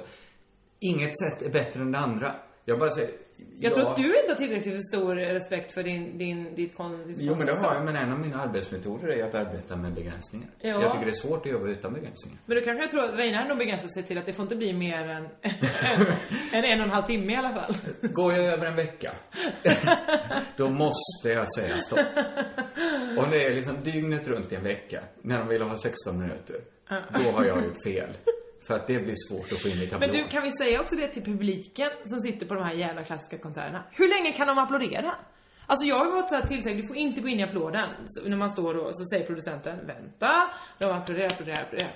S4: Inget sätt är bättre än det andra. Jag bara säger...
S5: Jag tror att du inte har tillräckligt stor respekt för din, din, ditt kon- ditt
S4: Jo, men det har
S5: konstnärskap.
S4: jag. Men en av mina arbetsmetoder är att arbeta med begränsningar.
S5: Ja.
S4: Jag tycker det är svårt att jobba utan begränsningar.
S5: Men du kanske jag tror att Reine ändå begränsar sig till att det får inte bli mer än, än en och en halv timme i alla fall.
S4: Går jag över en vecka, då måste jag säga stopp. Om det är liksom dygnet runt i en vecka, när de vill ha 16 minuter,
S5: Ja.
S4: då har jag gjort fel. För att det blir svårt att få in i
S5: Men
S4: tablån.
S5: du, kan vi säga också det till publiken som sitter på de här jävla klassiska konserterna? Hur länge kan de applådera? Alltså jag har ju fått så här tillsagd, du får inte gå in i applåden. Så när man står då så säger producenten, vänta, de applåderar, applåderar, applåderar, applåderar.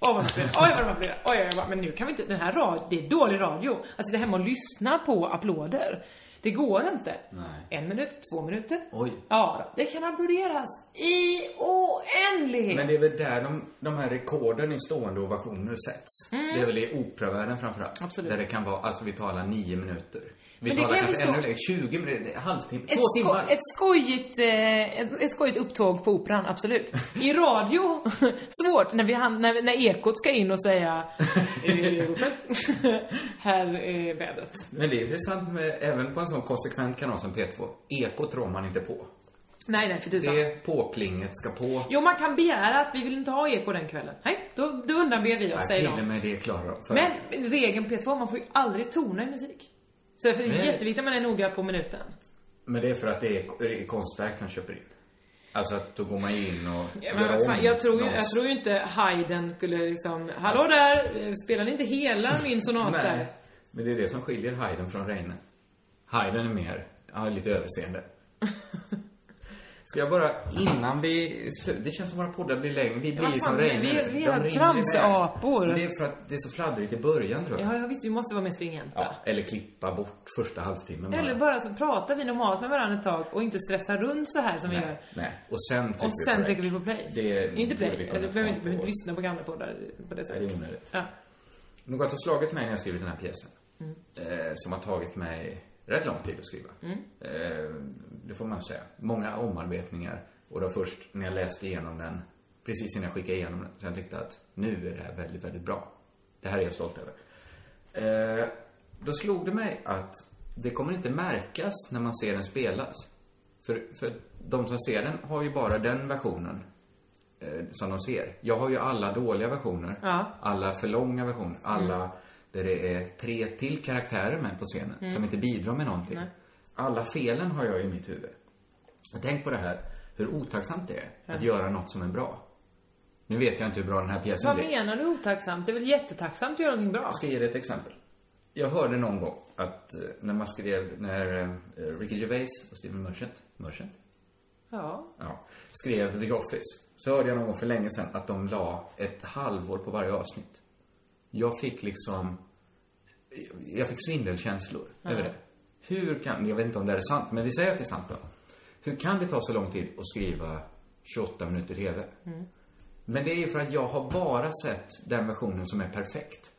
S5: Åh vad de applåderar, oj vad de applåderar, oj oj oj. Men nu kan vi inte, den här radio, det är dålig radio. Att sitta hemma och lyssna på applåder. Det går inte.
S4: Nej.
S5: En minut, två minuter.
S4: Oj.
S5: Ja, då. det kan applåderas i oändlighet.
S4: Men det är väl där de, de här rekorden i stående ovationer sätts.
S5: Mm.
S4: Det är väl i operavärlden framförallt.
S5: Absolut.
S4: Där det kan vara, alltså vi talar nio minuter. Vi
S5: Men det
S4: talar
S5: kan vi
S4: kanske
S5: stå-
S4: ännu längre, 20 minuter, en halvtimme,
S5: Ett,
S4: två
S5: sko
S4: timmar.
S5: ett, skojigt, eh, ett, ett skojigt upptåg på Operan, absolut. I radio, svårt när, vi han, när, när Ekot ska in och säga eh, Här är vädret.
S4: Men det är intressant med, även på en sån konsekvent kanal som P2. Ekot rår man inte på.
S5: Nej, nej, för tusan.
S4: Det påplinget ska på.
S5: Jo, man kan begära att vi vill inte ha Eko den kvällen. Nej, då, då undanber vi
S4: Ja,
S5: oss, säger
S4: Till och
S5: de.
S4: med det klarar de. För-
S5: Men regeln P2, man får ju aldrig tona i musik. Så därför är det
S4: Nej.
S5: jätteviktigt att man är noga på minuten.
S4: Men det är för att det är, det är konstverk de köper in. Alltså att då går man ju in och
S5: Ja, men vad fan, jag, tror ju, jag tror ju inte Haydn skulle liksom, hallå där, eh, spelar ni inte hela min sonat där?
S4: Nej, men det är det som skiljer Haydn från Reine. Haydn är mer, ja, lite överseende. Ska jag bara, innan vi slutar, det känns som våra poddar blir längre, vi blir
S5: vad
S4: ju
S5: fan,
S4: som Reine.
S5: vi- vi-
S4: nu.
S5: vi är
S4: De
S5: rena
S4: rinner
S5: tramsapor.
S4: iväg. Men Det är för att det är så fladdrigt i början tror jag.
S5: Ja, ja visst, vi måste vara mer stringenta.
S4: Ja, eller klippa bort första halvtimmen bara.
S5: Eller bara så pratar vi normalt med varandra ett tag och inte stressar runt så här som vi gör.
S4: Nej, och sen trycker
S5: Och sen
S4: rec.
S5: trycker vi på play.
S4: Det
S5: inte play,
S4: borde vi kunna
S5: eller vi behöver inte
S4: komma
S5: behöver
S4: på.
S5: lyssna på gamla poddar på det
S4: Det är
S5: sättet.
S4: onödigt.
S5: Ja.
S4: Något som slagit mig när jag skrivit den här pjäsen,
S5: Mm.
S4: eh, som har tagit mig rätt lång tid att skriva.
S5: Mm.
S4: Eh, det får man säga. Många omarbetningar. Och då först när jag läste igenom den, precis innan jag skickade igenom den, så jag tyckte att nu är det här väldigt, väldigt bra. Det här är jag stolt över. Eh, då slog det mig att det kommer inte märkas när man ser den spelas. För, för de som ser den har ju bara den versionen eh, som de ser. Jag har ju alla dåliga versioner,
S5: Ja. Mm.
S4: alla för långa versioner, alla där det är tre till karaktärer med på scenen
S5: Mm.
S4: som inte bidrar med någonting.
S5: Nej.
S4: Alla felen har jag i mitt huvud. Och Tänk på det här, hur otacksamt det är att
S5: Ja.
S4: göra något som är bra. Nu vet jag inte hur bra den här pjäsen
S5: Vad
S4: blir.
S5: menar du otacksamt? Det är väl jättetacksamt att göra någonting bra?
S4: Jag ska ge dig ett exempel. Jag hörde någon gång att eh, när man skrev, när eh, Ricky Gervais och Steven Merchant, Merchant?
S5: Ja.
S4: Ja, skrev The Office, så hörde jag någon gång för länge sedan att de la ett halvår på varje avsnitt. Jag fick liksom, jag fick svindelkänslor
S5: Ja.
S4: över det. Hur kan, jag vet inte om det här är sant, men vi säger att det är sant då. Hur kan det ta så lång tid att skriva 28 minuter TV?
S5: Mm.
S4: Men det är ju för att jag har bara sett den versionen som är perfekt.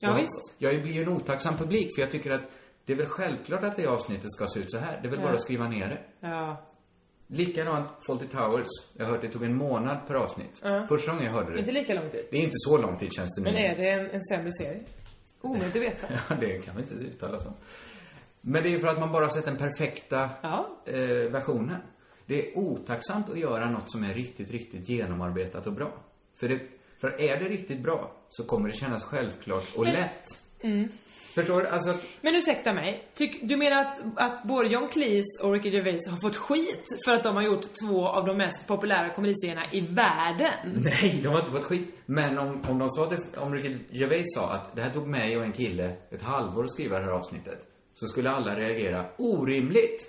S5: Ja,
S4: jag,
S5: visst.
S4: Jag blir ju en otacksam publik, för jag tycker att det är väl självklart att det avsnittet ska se ut så här. Det är väl
S5: Ja.
S4: bara att skriva ner det.
S5: Ja.
S4: Likadant Fawlty Towers. Jag hörde det tog en månad per avsnitt.
S5: Ja.
S4: Första gången jag hörde det.
S5: Inte lika lång tid.
S4: Mm. Det är inte så lång tid känns det nu.
S5: Men är det en, en sämre serie? Omöjligt att veta.
S4: Ja, det kan vi inte uttala oss om. Men det är för att man bara har sett den perfekta eh, versionen. Det är otacksamt att göra något som är riktigt, riktigt genomarbetat och bra. För, det, för är det riktigt bra så kommer det kännas självklart och
S5: Men-
S4: lätt.
S5: Mm.
S4: Förstår du? Alltså,
S5: Men ursäkta mig, Tyck, du menar att, att både John Cleese och Ricky Gervais har fått skit för att de har gjort två av de mest populära komediserierna i världen?
S4: nej, de har inte fått skit. Men om, om de sa det, om Ricky Gervais sa att det här tog mig och en kille ett halvår att skriva det här avsnittet. Så skulle alla reagera orimligt.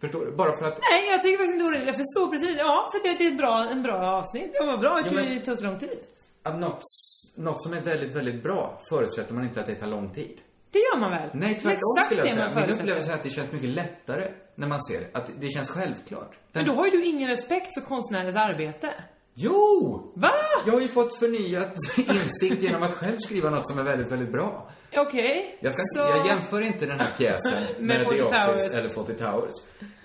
S4: Förstår du? Bara för att
S5: Nej, jag tycker faktiskt inte det är orimligt. Jag förstår precis. Ja, för det, det är ett bra, en bra avsnitt. Det var bra att
S4: Ja, men-
S5: det tog så lång tid.
S4: att något, s- något som är väldigt, väldigt bra förutsätter man inte att det tar lång tid.
S5: Det gör man väl?
S4: Nej, tvärtom
S5: Exakt
S4: skulle jag
S5: det
S4: säga.
S5: man
S4: Min
S5: förutsätter.
S4: upplevelse är att det känns mycket lättare när man ser det. Att det känns självklart.
S5: Men då har ju du ingen respekt för konstnärens arbete.
S4: Jo!
S5: Va?
S4: Jag har ju fått förnyat insikt genom att själv skriva något som är väldigt, väldigt bra.
S5: Okej.
S4: Jag, ska,
S5: så...
S4: jag jämför inte den här pjäsen
S5: Med
S4: med, The
S5: 40
S4: Office
S5: Towers.
S4: eller 40 Towers.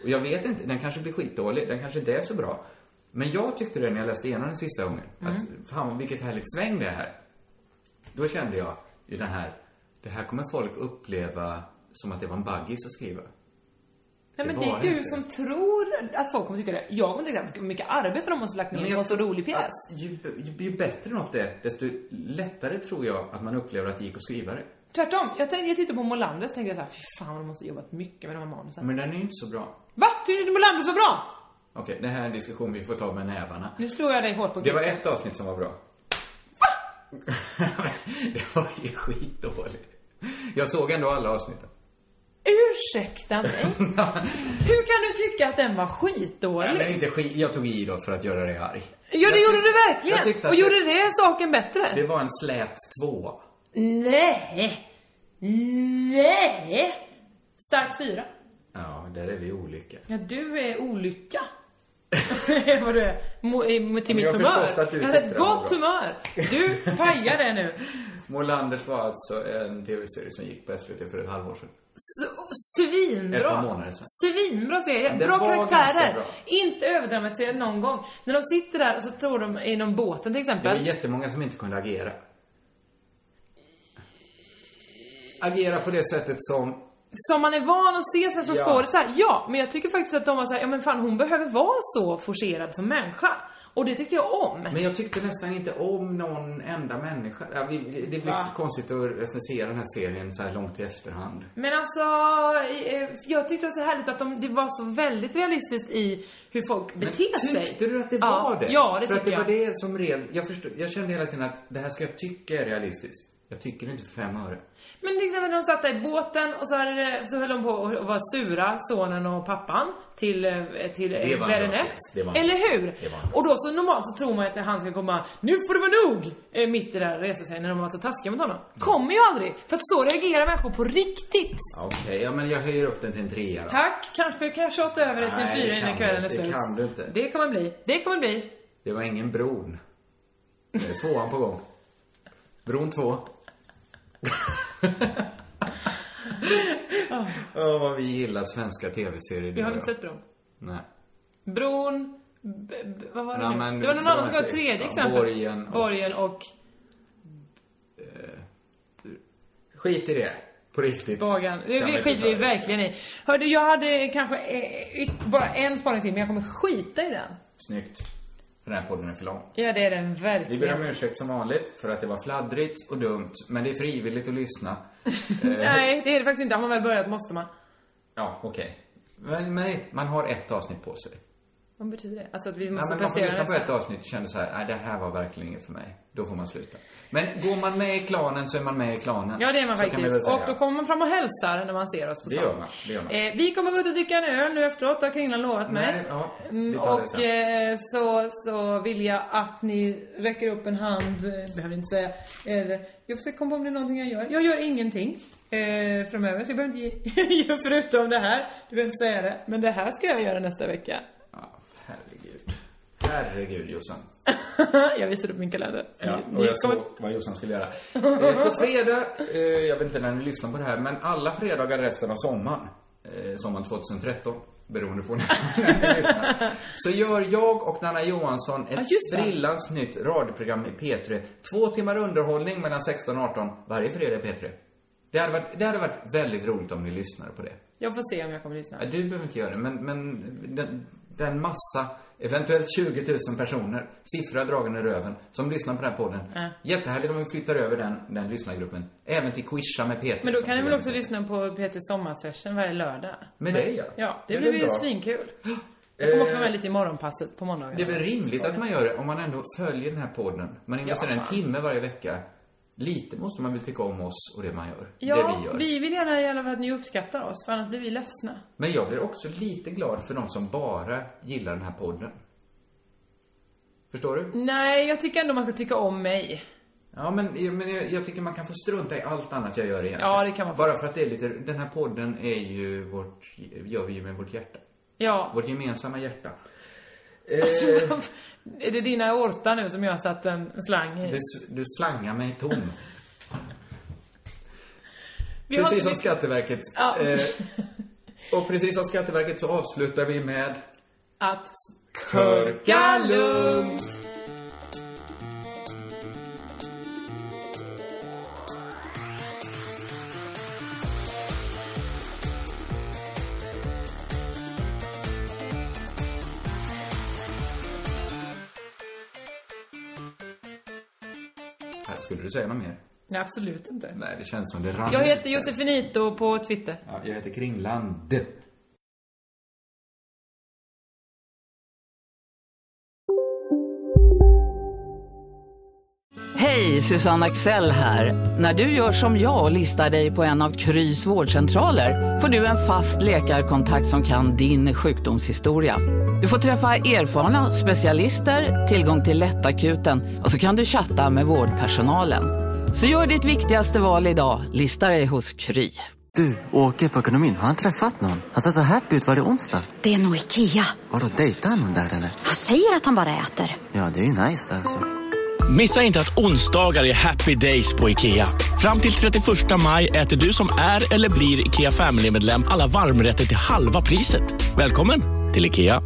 S4: Och jag vet inte, den kanske blir skitdålig, den kanske inte är så bra. Men jag tyckte det när jag läste igenom den sista gången.
S5: Mm.
S4: Att, fan vilket härligt sväng det är här. Då kände jag i den här, det här kommer folk uppleva som att det var en baggis att skriva.
S5: Nej men
S4: Det
S5: det är
S4: var
S5: du
S4: inte.
S5: som tror att folk kommer tycka det. Jag kommer tänka, hur mycket arbete de måste lagt ner
S4: Men
S5: på
S4: jag
S5: en så
S4: tror
S5: rolig pjäs.
S4: att Ju, ju, ju bättre något är, desto lättare tror jag att man upplever att det gick att skriva det.
S5: Tvärtom. Jag, tänkte, jag tittade på Molander så tänkte jag så här, fy fan de måste ha jobbat mycket med de här manusen.
S4: Men den är ju inte så bra.
S5: Va? Tyckte du inte Molanders var bra?
S4: Okej, det här är en diskussion vi får ta med nävarna.
S5: Nu slår jag dig hårt på
S4: Det var
S5: kroppen.
S4: ett avsnitt som var bra. Va? det var ju skitdåligt. Jag såg ändå alla avsnitten.
S5: Ursäkta mig. Hur kan du tycka att den var skitdålig?
S4: Nej, men inte skit. Jag tog i då för att göra dig arg.
S5: Ja, det gjorde du
S4: jag
S5: verkligen.
S4: tyckte
S5: Och
S4: att det-
S5: gjorde det saken bättre?
S4: Det var en slät två.
S5: Nej. Nej. Stark fyra.
S4: Ja, där är vi olika.
S5: Ja, du är olycka. Vad du är. Mo- i- mo-
S4: Men
S5: Till mitt
S4: jag har
S5: humör.
S4: förstått att du
S5: jag
S4: tyckte
S5: ett
S4: det var
S5: gott
S4: bra.
S5: humör. Du pajar det nu.
S4: Molanders var alltså en tv-serie som gick på SVT för ett halvår sedan.
S5: S-
S4: Ett
S5: Svinbra.
S4: par månader sedan.
S5: Svinbra serie.
S4: Men den
S5: Bra
S4: var ganska
S5: karaktärer.
S4: bra.
S5: Inte överdramatiserad någon gång. När de sitter där och så tror de inom båten till
S4: Det var
S5: exempel.
S4: jättemånga som inte kunde agera. Agera på det sättet som...
S5: Som man är van att se svenska
S4: Ja.
S5: skådisar. Ja, men jag tycker faktiskt att de var såhär, ja men fan hon behöver vara så forcerad som människa. Och det tycker jag om.
S4: Men jag tyckte nästan inte om någon enda människa. Ja, vi- Det blir
S5: Va?
S4: konstigt att recensera den här serien så här långt i efterhand.
S5: Men alltså, eh, jag tyckte det var så härligt att de, det var så väldigt realistiskt i hur folk beter sig.
S4: Tyckte du att det
S5: ja,
S4: var det?
S5: Ja, det
S4: För att
S5: tycker
S4: det
S5: jag.
S4: var det som rev... Jag, förstod, jag kände hela tiden att det här ska jag tycka är realistiskt. Jag tycker det inte för fem öre.
S5: Men till exempel när de satt där i båten och så, hade, det- så höll de på att vara sura, sonen och pappan, till, eh, till
S4: Det var en bra
S5: Berenette.
S4: scen. Det var en bra
S5: Eller
S4: scen.
S5: hur?
S4: Det var en bra
S5: Och då så normalt så tror man att han ska komma, nu får det vara nog! eh, Mitt i det där resa sig när de var så taskiga mot honom. Kommer ju aldrig! För att så reagerar människor på riktigt.
S4: Okej, ja men jag höjer upp den till en trea då.
S5: Tack, kanske kan jag tjata över det till en
S4: Nej,
S5: fyra
S4: det
S5: innan
S4: kan
S5: kvällen
S4: du-
S5: är
S4: det
S5: slut.
S4: kan du inte.
S5: Det kommer bli. Det kommer bli.
S4: Det var ingen bron. Det är tvåan på gång. Bron två.
S5: Ah,
S4: Åh, vad vi gillar svenska tv-serier. du
S5: vi har
S4: och
S5: inte
S4: jag.
S5: sett dem.
S4: Nej.
S5: Bron... B, b, vad var det
S4: Nej,
S5: nu?
S4: men-
S5: Det var någon annan som gav ett
S4: Borgen-
S5: tredje
S4: ja,
S5: exempel.
S4: Borgen och-
S5: Borgen och...
S4: Skit i det. På riktigt.
S5: Bagan. Det,
S4: Kan
S5: det
S4: inte
S5: skiter
S4: ta
S5: vi
S4: det.
S5: verkligen i. Hörde, jag hade kanske eh, yt- bara en spaning till, men jag kommer skita i den.
S4: Snyggt. Den här podden är för lång.
S5: Ja, det är den
S4: Vi ber om
S5: verkligen.
S4: ursäkt som vanligt för att det var fladdrigt och dumt, men det är frivilligt att lyssna.
S5: Nej, det är det faktiskt inte. Har man väl börjat måste man.
S4: Ja, okej. Men, men man har ett avsnitt på sig.
S5: Vad betyder det? Alltså att vi
S4: Nej,
S5: måste
S4: men man får
S5: prestera
S4: lyssna på ett
S5: nästa.
S4: avsnitt och känna så här, nej det här var verkligen inget för mig. Då får man sluta. Men går man med i klanen så är man med i klanen.
S5: Ja, det är man
S4: så Kan vi väl
S5: faktiskt.
S4: säga.
S5: Och då kommer man fram och hälsar när man ser oss på
S4: Det
S5: stan.
S4: gör man, det gör man.
S5: Eh, vi kommer gå ut och dricka en öl nu efteråt, det har Kringlan lovat mig.
S4: Nej, ja,
S5: Mm,
S4: vi tar det
S5: och
S4: sen.
S5: eh, så, så vill jag att ni räcker upp en hand, eh, behöver inte säga, eller, jag försöker komma på om det är någonting jag gör. Jag gör ingenting eh, framöver, så jag behöver inte ge, göra förutom det här. Du behöver inte säga det, men det här ska jag göra nästa vecka.
S4: Ja, herregud. Herregud Jossan.
S5: jag visar upp min kalender.
S4: Ja,
S5: Ni-
S4: och
S5: ni
S4: jag såg
S5: kommer-
S4: vad Jossan skulle göra. Eh, på fredag, eh, jag vet inte när ni lyssnar på det här, men alla fredagar resten av sommaren, eh, sommaren 2013, beroende på när ni lyssnar, så gör jag och Nanna Johansson ett sprillans nytt radioprogram i P3. Två timmar underhållning mellan 16 och 18 varje fredag i P3. Det hade, varit, det hade varit väldigt roligt om ni lyssnade på det.
S5: Jag får se om jag kommer lyssna.
S4: Ja, Du behöver inte göra det, men, men den, den massa, eventuellt 20 000 personer, siffra dragen i röven, som lyssnar på den här podden.
S5: Ja.
S4: Jättehärligt om vi flyttar över den, den lyssnargruppen. Även till Quisha med Peter.
S5: Men då
S4: som
S5: kan ni väl
S4: program.
S5: också lyssna på Peter Sommarsession varje lördag?
S4: Med dig, ja.
S5: Ja, det
S4: Det
S5: blir
S4: blir
S5: ju
S4: bra.
S5: svinkul. Jag kommer också
S4: Eh,
S5: vara med lite i morgonpasset på måndagar.
S4: Det är väl rimligt att man gör det om man ändå följer den här podden. Man investerar
S5: Ja,
S4: en
S5: fan.
S4: timme varje vecka. Lite måste man väl tycka om oss och det man gör. det
S5: Ja,
S4: vi gör.
S5: vi vill gärna i alla fall att ni uppskattar oss, för annars blir vi ledsna.
S4: Men jag blir också lite glad för de som bara gillar den här podden. Förstår du?
S5: Nej, jag tycker ändå man ska tycka om mig.
S4: Ja, men, men jag, jag tycker man kan få strunta i allt annat jag gör egentligen.
S5: Ja, det kan man få.
S4: Bara för att det är lite, den här podden är ju vårt, gör vi ju med vårt hjärta.
S5: Ja.
S4: Vårt gemensamma hjärta.
S5: Är det dina orta nu som jag har satt en slang i?
S4: Du, s- du slangar mig tom.
S5: Vi har
S4: precis
S5: inte
S4: som
S5: mycket-
S4: Skatteverket.
S5: Ja.
S4: Eh, och precis som Skatteverket så avslutar vi med
S5: Att
S4: Körka lugnt. Här, Skulle du säga något mer?
S5: Nej, absolut inte.
S4: Nej, det känns som det rann
S5: Jag
S4: ut
S5: heter
S4: där.
S5: Josefinito på Twitter.
S4: Ja, jag heter Kringland.
S11: Hej, Susanne Axel här. När du gör som jag och listar dig på en av Krys vårdcentraler får du en fast läkarkontakt som kan din sjukdomshistoria. Du får träffa erfarna specialister, tillgång till lättakuten och så kan du chatta med vårdpersonalen. Så gör ditt viktigaste val idag, lista dig hos Kry.
S12: Du, åker på ekonomin. Har han träffat någon? Han ser så happy ut. Var det onsdag?
S13: Det är nog Ikea.
S12: Har du dejtar han någon där eller?
S13: Han säger att han bara äter.
S12: Ja, det är ju nice alltså.
S14: Missa inte att onsdagar är happy days på IKEA. Fram till 31 maj äter du som är eller blir IKEA Family-medlem alla varmrätter till halva priset. Välkommen till IKEA.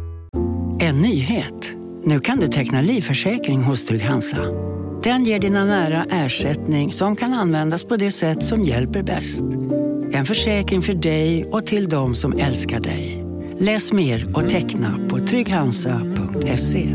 S15: En nyhet. Nu kan du teckna livförsäkring hos Trygg-Hansa. Den ger dina nära ersättning som kan användas på det sätt som hjälper bäst. En försäkring för dig och till de som älskar dig. Läs mer och teckna på trygghansa.se.